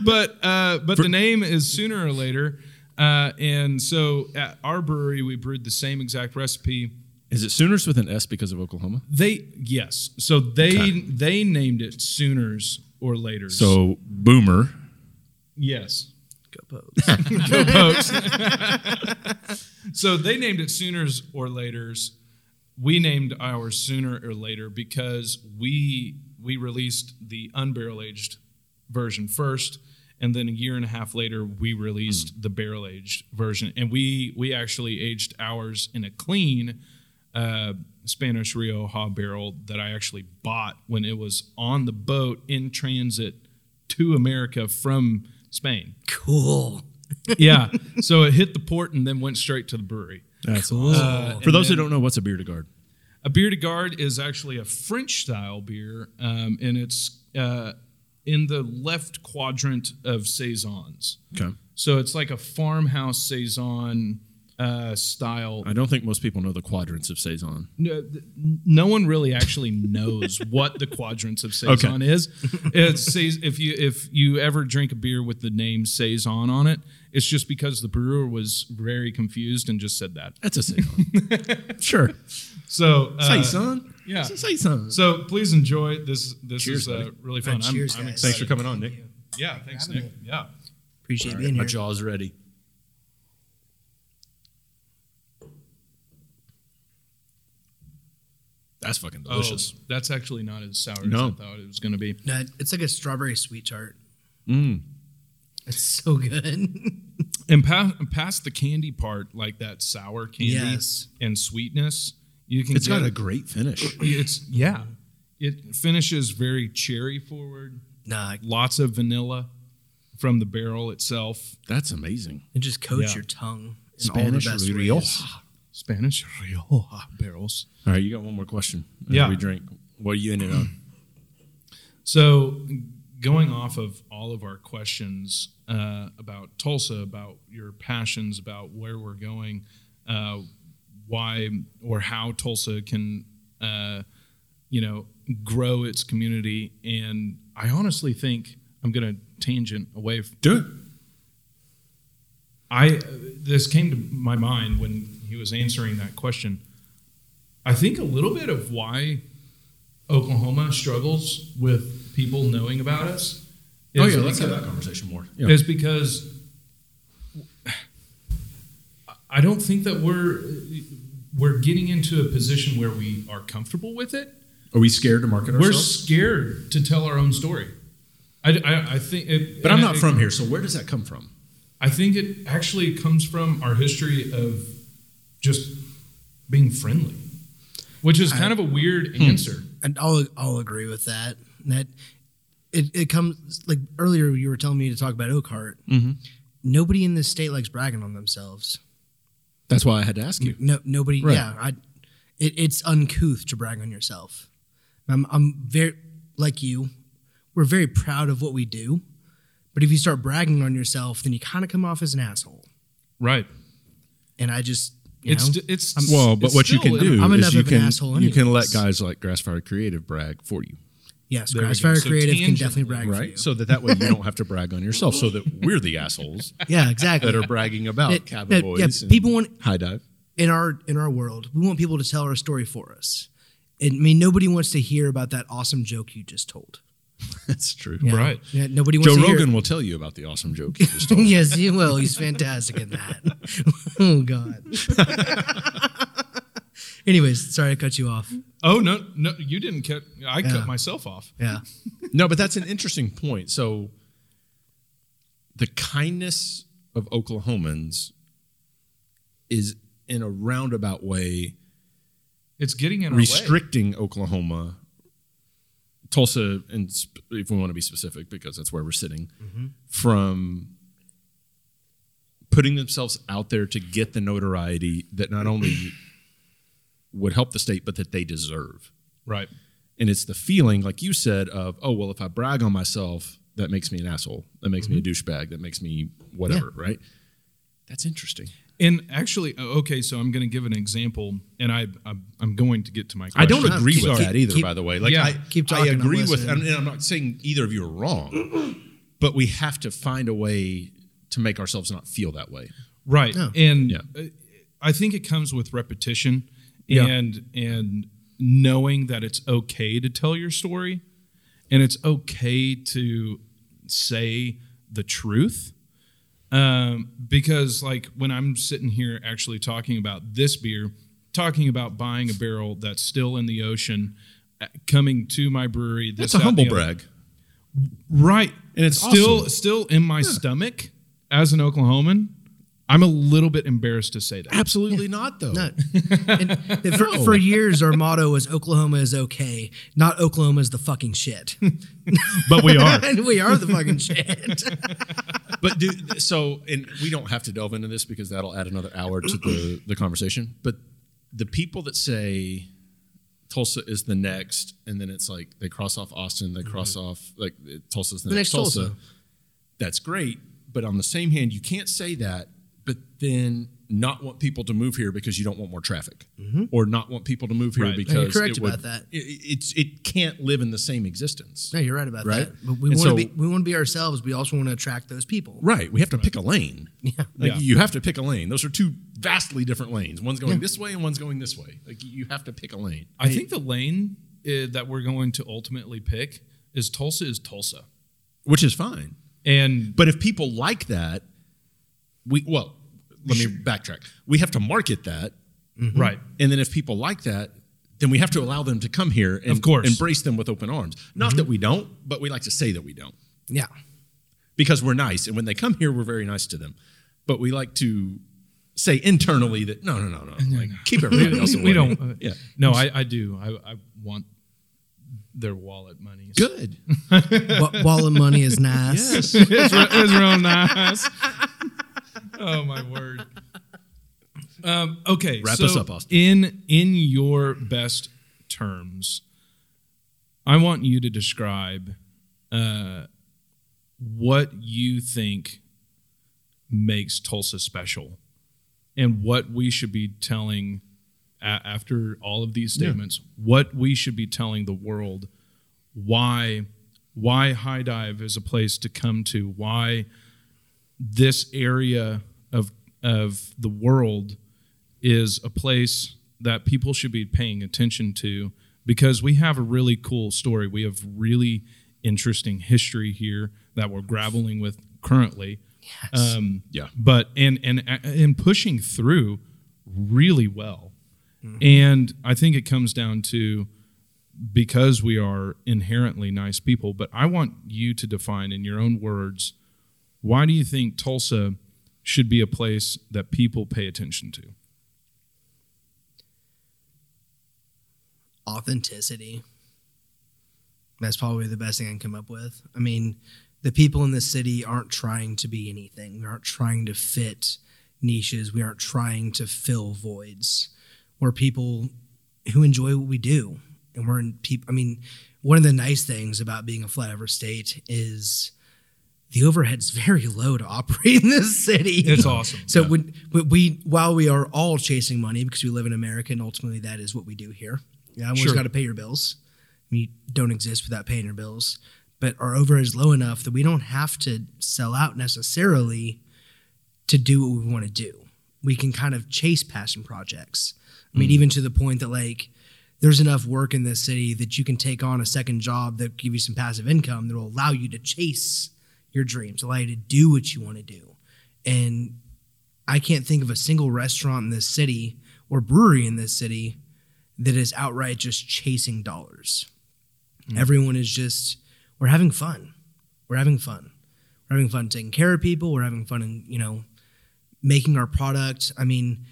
but uh, but the name is sooner or later, uh, and so at our brewery we brewed the same exact recipe. Is it Sooners with an S because of Oklahoma? They yes, so they they named it Sooners or Later. So Boomer. yes, Go Pokes. so they named it Sooners or Laters. We named ours Sooner or Later because we we released the unbarrel aged version first, and then a year and a half later we released the barrel aged version, and we we actually aged ours in a clean uh, Spanish Rioja barrel that I actually bought when it was on the boat in transit to America from Spain Cool. yeah. So it hit the port and then went straight to the brewery. Cool. For those that don't know, what's a beer to guard? A beer de garde is actually a French style beer, um, and it's uh, in the left quadrant of saisons. Okay. So it's like a farmhouse saison. Uh, uh, style. I don't think most people know the quadrants of saison. No, th- no one really actually knows what the quadrants of saison is. It's sais- if you if you ever drink a beer with the name saison on it, it's just because the brewer was very confused and just said that. That's a saison. sure, So uh, saison. yeah. It's a saison. So please enjoy this. This Cheers, is uh, buddy. really fun. Alright, I'm, cheers, I'm guys. excited. Thanks for coming on, Nick. Yeah, thanks, having Nick. Yeah. Appreciate being My here. jaw's ready. That's fucking delicious. Oh, that's actually not as sour No. as I thought it was going to be. No, it's like a strawberry sweet tart. Mm. It's so good. And pa- past the candy part, like that sour candy Yes. and sweetness, you can. It's get, got a great finish. It's yeah. It finishes very cherry forward. nah, Lots of vanilla from the barrel itself. That's amazing. it just coats Yeah. your tongue. In Spanish all the best Rioja. ways. Spanish Rioja barrels. All right, you got one more question. as Yeah. We drink. What are you in it on? So, going off of all of our questions uh, about Tulsa, about your passions, about where we're going, uh, why or how Tulsa can, uh, you know, grow its community, and I honestly think I'm going to tangent away. f- Do it. I this came to my mind when he was answering that question. I think a little bit of why Oklahoma struggles with people knowing about us. Oh is yeah, let's have because- that conversation more. Yeah. Is because I don't think that we're we're getting into a position where we are comfortable with it. Are we scared to market We're ourselves? scared to tell our own story. I, I, I think, it, but I'm and not it- from here, so where does that come from? I think it actually comes from our history of just being friendly, which is kind of a weird Hmm. answer. And I'll I'll agree with that. That it, it comes like earlier you were telling me to talk about Oakhart. Nobody in this state likes bragging on themselves. That's why I had to ask you. No, nobody. Right. Yeah, I, it, it's uncouth to brag on yourself. I'm, I'm very like you. We're very proud of what we do, but if you start bragging on yourself, then you kind of come off as an asshole. Right. And I just, you It's know, it's Well, but it's what you still can in- do I'm is enough you of an can asshole you can let anyways. guys like Grassfire Creative brag for you, yes, there we go. Grassfire So Creative can tangent, definitely brag for you. right? So that that way you don't have to brag on yourself, so that we're the assholes yeah, exactly. that are bragging about That- Cabin that- yeah, Boys. and people want- high dive. in our in our world, we want people to tell our story for us. And, I mean, nobody wants to hear about that awesome joke you just told. That's true. you know? Right. Yeah, nobody wants Joe to hear- Rogan will tell you about the awesome joke. you just told. yes, he will. He's fantastic in that. oh God. Anyways, sorry I cut you off. Oh no, no, you didn't cut. I Yeah. cut myself off. Yeah. No, but that's an interesting point. So the kindness of Oklahomans is in a roundabout way It's getting in our way. restricting Oklahoma, Tulsa, and sp- if we want to be specific, because that's where we're sitting, from putting themselves out there to get the notoriety that not only would help the state, but that they deserve. Right. And it's the feeling, like you said, of, oh, well, if I brag on myself, that makes me an asshole. That makes me a douchebag. That makes me whatever, right? That's interesting. And actually, oh, okay, so I'm going to give an example, and I I'm, I'm going to get to my. Question. I don't agree keep- with keep- that either, keep- by the way. Like, yeah, I, keep I talking, I'm agree with, listening. and I'm not saying either of you are wrong, but we have to find a way to make ourselves not feel that way. Right. And Yeah. uh, I think it comes with repetition Yeah. and and knowing that it's okay to tell your story and it's okay to say the truth. Um, because like when I'm sitting here actually talking about this beer, talking about buying a barrel that's still in the ocean, uh, coming to my brewery. This That's a that, and humble the other. brag. Right. And it's still awesome. still in my stomach as an Oklahoman. I'm a little bit embarrassed to say that. Absolutely not, though. No. And for, for years, our motto was Oklahoma is okay, not Oklahoma is the fucking shit. But we are. and we are the fucking shit. But do, so, and we don't have to delve into this because that'll add another hour to the, the conversation. But the people that say Tulsa is the next, and then it's like they cross off Austin, they cross off like Tulsa's the, Mm-hmm. The next, next Tulsa. Tulsa. That's great. But on the same hand, you can't say that. But then not want people to move here because you don't want more traffic, Mm-hmm. or not want people to move here Right. You're because correct it would- about that. It, it's it can't live in the same existence. No, you're right about Right? that. But we And want to so- be we want to be ourselves. We also want to attract those people. Right. We have to pick a lane. Yeah. Like Yeah. you have to pick a lane. Those are two vastly different lanes. One's going this way and one's going this way. Like you have to pick a lane. I think the lane uh, that we're going to ultimately pick is Tulsa is Tulsa. Which is fine. And But if people like that, we well, let me backtrack. We have to market that. Mm-hmm. right. And then if people like that, then we have to allow them to come here and Of course. embrace them with open arms. Not that we don't, but we like to say that we don't. Yeah. because we're nice. And when they come here, we're very nice to them. But we like to say internally that no, no, no, no. Like keep everybody else away. we don't. uh, Yeah. No, I, I do. I, I want their wallet money. Good. Wa- Wall of money is nice. it's, re- it's real nice. Oh my word. Um, okay, Wrap so us up, Austin. In in your best terms, I want you to describe uh, what you think makes Tulsa special, and what we should be telling a- after all of these statements. What we should be telling the world why why high dive is a place to come to why this area of of the world is a place that people should be paying attention to because we have a really cool story we have really interesting history here that we're grappling with currently um, Yeah. but and and uh, and pushing through really well and i think it comes down to because we are inherently nice people, but I want you to define in your own words why do you think Tulsa should be a place that people pay attention to? authenticity. That's probably the best thing I can come up with. I mean, the people in this city aren't trying to be anything. We aren't trying to fit niches. We aren't trying to fill voids. We're people who enjoy what we do. And we're in people, I mean, one of the nice things about being a flyover state is the overhead's very low to operate in this city. It's awesome. So when, when we, while we are all chasing money because we live in America and ultimately that is what we do here. Yeah, everyone's Sure. got to pay your bills. I mean, you don't exist without paying your bills. But our overhead is low enough that we don't have to sell out necessarily to do what we want to do. We can kind of chase passion projects. I mean, even to the point that like there's enough work in this city that you can take on a second job that give you some passive income that will allow you to chase your dreams, allow you to do what you want to do. And I can't think of a single restaurant in this city or brewery in this city that is outright just chasing dollars. Hmm. Everyone is just we're having fun. We're having fun. We're having fun taking care of people. We're having fun in, you know, making our product. I mean,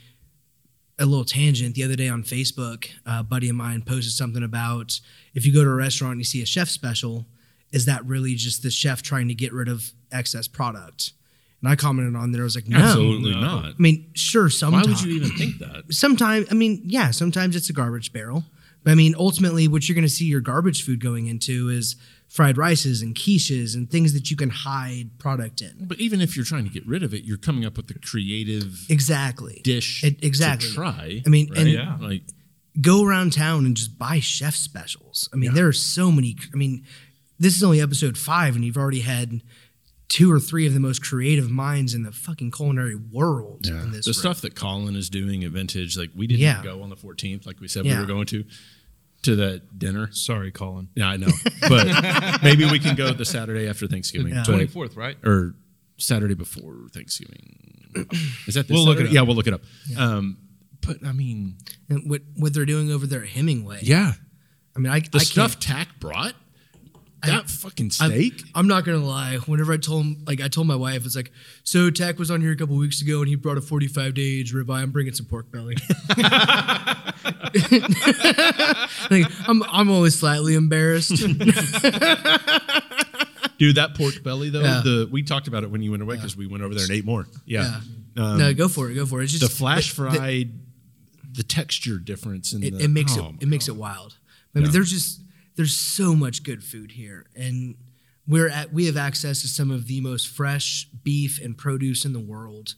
a little tangent the other day on Facebook, a buddy of mine posted something about if you go to a restaurant and you see a chef special, is that really just the chef trying to get rid of excess product? And I commented on there, I was like, no. Absolutely No. not. I mean, sure, sometimes. Why would you even think that? Sometimes, I mean, yeah, sometimes it's a garbage barrel. But I mean, ultimately, what you're going to see your garbage food going into is fried rices and quiches and things that you can hide product in. But even if you're trying to get rid of it, you're coming up with the creative Exactly. dish It- exactly. to try. I mean, right? and Yeah. like go around town and just buy chef specials. I mean, there are so many. I mean, this is only episode five, and you've already had two or three of the most creative minds in the fucking culinary world. In this the room. stuff that Colin is doing at Vintage, like we didn't Yeah. go on the 14th, like we said we Yeah. were going to, to that dinner. Sorry, Colin. Yeah, I know, but maybe we can go the Saturday after Thanksgiving. Yeah. 24th, right? or Saturday before Thanksgiving. Is that this We'll look it Saturday? up. Yeah, we'll look it up. Um, but I mean, And what what they're doing over there at Hemingway. yeah, I mean, I the I stuff Can't, Tack brought that fucking steak. I'm not gonna lie. Whenever I told him, like I told my wife, it's like, so Tack was on here a couple weeks ago and he brought a 45 day age ribeye. I'm bringing some pork belly. like I'm, I'm always slightly embarrassed. Dude, that pork belly though. Yeah. The we talked about it when you went away because we went over there and ate more. Yeah, Um, no, go for it. Go for it. It's just the flash it- fried, the, texture difference in It, the, it makes oh, it it makes it wild. I mean, there's just there's so much good food here, and we're at we have access to some of the most fresh beef and produce in the world,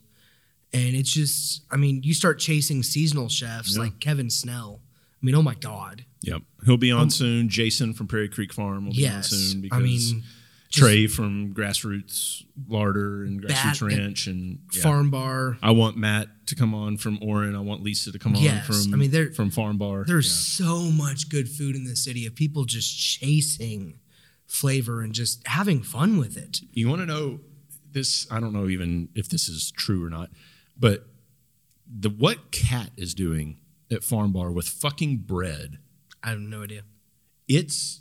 And it's just, I mean, you start chasing seasonal chefs like Kevin Snell. I mean, oh my God. Yep. He'll be on soon. Jason from Prairie Creek Farm will be Yes. on soon because I mean, Trey from Grassroots Larder and Bat Grassroots and Ranch and yeah. Farm Bar. I want Matt to come on from Orin. I want Lisa to come Yes. on from I mean, there- from Farm Bar. There's so much good food in this city of people just chasing flavor and just having fun with it. You want to know this? I don't know even if this is true or not, but the what Cat is doing at Farm Bar with fucking bread. I have no idea. It's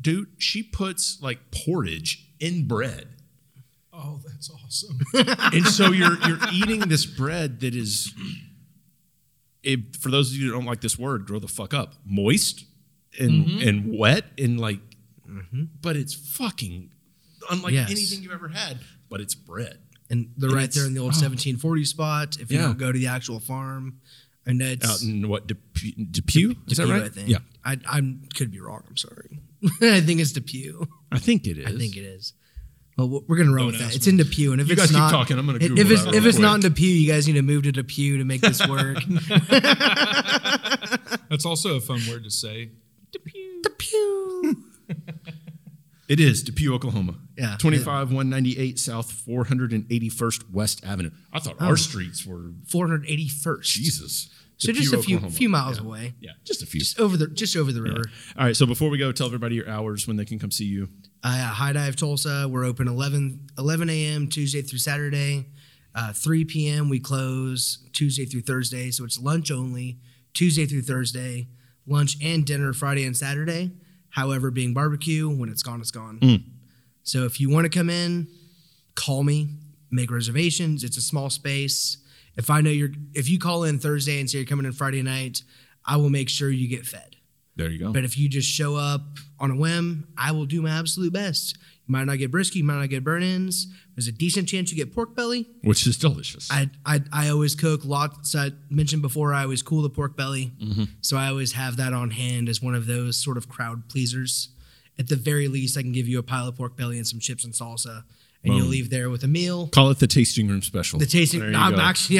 dude. She puts like porridge in bread, Oh, that's awesome. and so you're you're eating this bread that is. It, for those of you that don't like this word, grow the fuck up. Moist and and wet and like, but it's fucking unlike Yes. anything you've ever had. But it's bread. And they're And right there it's- oh. in the old 1740 spot. If you Yeah. don't go to the actual farm, and that's out in what Depew? Depew? Is that right? I think. Yeah, I I'm, could be wrong. I'm sorry. I think it's Depew. I think it is. I think it is. Well, we're- we're gonna roll with that. It's in Depew, and if You it's guys keep not, talking, I'm gonna if- Google if it's that if real it's not in quick. Depew, you guys need to move to Depew to make this work. That's also a fun word to say. Depew. It is Depew, Oklahoma. Yeah. twenty-five one ninety-eight South four hundred and eighty-first West Avenue. I thought our streets were 481st. Jesus. Oh. So just a Depew, few Oklahoma. few miles away, Yeah, just a few. just over the just over the river. All right. So before we go, tell everybody your hours when they can come see you. Uh, yeah, High Dive Tulsa. We're open 11, 11 a.m. Tuesday through Saturday. Uh, 3 p.m. We close Tuesday through Thursday. So it's lunch only Tuesday through Thursday, lunch and dinner Friday and Saturday. However, being barbecue, when it's gone, it's gone. So if you want to come in, call me, make reservations. It's a small space. If I know you're, if you call in Thursday and say you're coming in Friday night, I will make sure you get fed. There you go. But if you just show up on a whim, I will do my absolute best. You might not get brisket, you might not get burn ins. There's a decent chance you get pork belly. Which is delicious. I, I, I always cook lots. I mentioned before, I always cool the pork belly. So I always have that on hand as one of those sort of crowd pleasers. At the very least, I can give you a pile of pork belly and some chips and salsa, and you'll leave there with a meal. Call it the tasting room special. The tasting. There you I'm go. actually.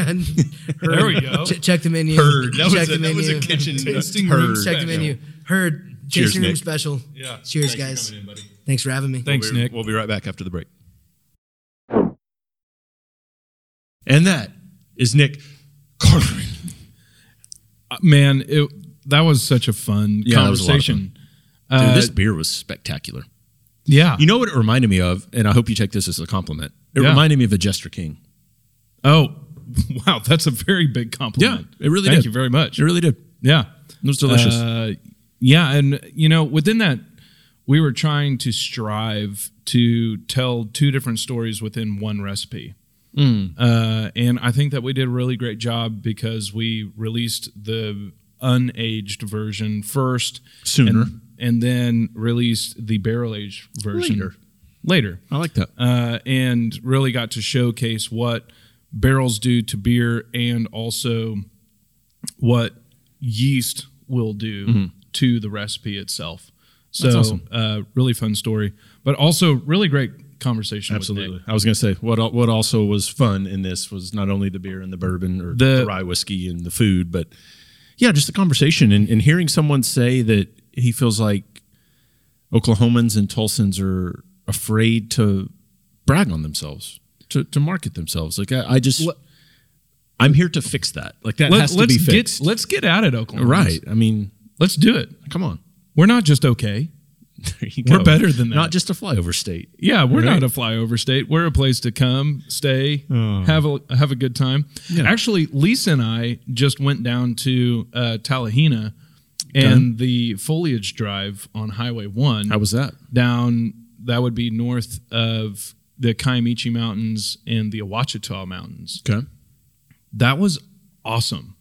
There we go. Ch- check the menu. Heard. That was check a- that was a kitchen Tasting Check room the special. menu. Heard. Cheers, tasting room Nick. special. Yeah. Thanks Cheers, for guys. coming in, buddy. Thanks for having me. Thanks, We'll be- Nick. We'll be right back after the break. And that is Nick Carter. Uh, man, it that was such a fun Yeah, that was a lot of conversation. Dude, Uh, this beer was spectacular. yeah. You know what it reminded me of, and I hope you take this as a compliment. It Yeah. reminded me of a Jester King. oh, wow, that's a very big compliment. Yeah, it really Thank did. you very much. It really did. It Yeah. was delicious. Uh, yeah, and you know, within that, we were trying to strive to tell two different stories within one recipe. Mm. Uh, and I think that we did a really great job because we released the unaged version first Sooner. and, and then released the barrel aged version Later. later I like that. uh, and really got to showcase what barrels do to beer and also what yeast will do to the recipe itself. So, Mm-hmm. awesome. uh, really fun story, but also really great conversation. with Nick. Absolutely. I was going to say what al- what also was fun in this was not only the beer and the bourbon or The- the, rye whiskey and the food, but yeah, just the conversation and, and hearing someone say that he feels like Oklahomans and Tulsans are afraid to brag on themselves, to, to market themselves. Like I, I just, I'm here to fix that. Like that Let, has us to be get fixed. let's get at it, Oklahoma. right. I mean, Let's do it. come on. We're not just okay. There you We're go. better than that. Not just a flyover state. Yeah, we're Right. Oh. not a flyover state. We're a place to come, stay, have a have a good time. Actually, Lisa and I just went down to uh, Tallahena and the foliage drive on Highway One. How was that? down? That would be north of the Kaimichi Mountains and the Ouachita Mountains. Okay. That was awesome.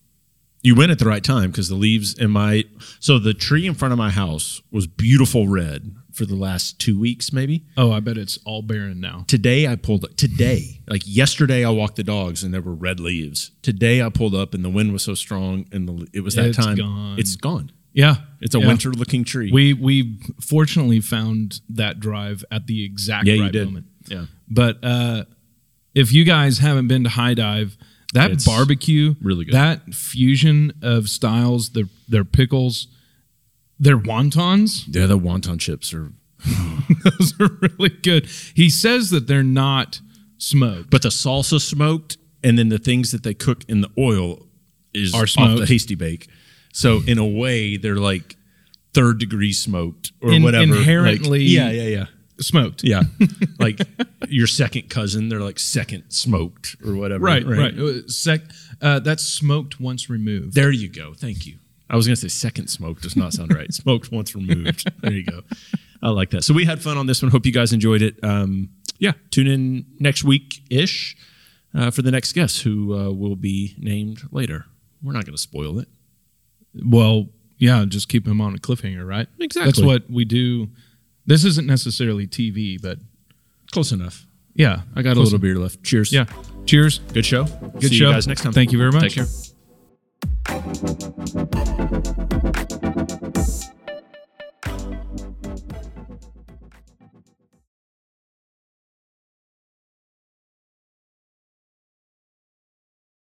you went at the right time because the leaves in my so the tree in front of my house was beautiful red for the last two weeks maybe Oh, I bet it's all barren now. today i pulled up today like yesterday i walked the dogs and there were red leaves today i pulled up and the wind was so strong and the, it was that It's time gone. it's gone Yeah, it's a yeah. winter looking tree We we fortunately found that drive at the exact yeah right you did moment. yeah But uh, if you guys haven't been to High Dive, That It's barbecue, really good. That fusion of styles, their their pickles, their wontons, Yeah, the wonton chips are, those are really good. He says that they're not smoked. but the salsa smoked, and then the things that they cook in the oil is Are off the smoked. hasty bake. So in a way, they're like third degree smoked or In- whatever. like- inherently- yeah, yeah, yeah. Smoked. Yeah. like your second cousin, they're like second smoked or whatever. Right, right. Uh, Sec, uh, that's smoked once removed. There you go. Thank you. I was going to say second smoke does not sound right. Smoked once removed. There you go. I like that. So we had fun on this one. Hope you guys enjoyed it. Um, yeah, tune in next week ish uh, for the next guest who uh, will be named later. We're not going to spoil it. Well, yeah, just keep him on a cliffhanger, right? Exactly. That's what we do. This isn't necessarily TV, but Close enough. yeah, I got a little beer left. Cheers. Yeah. Cheers. Good show. Good See show. you guys next time. Thank you very much. Take care.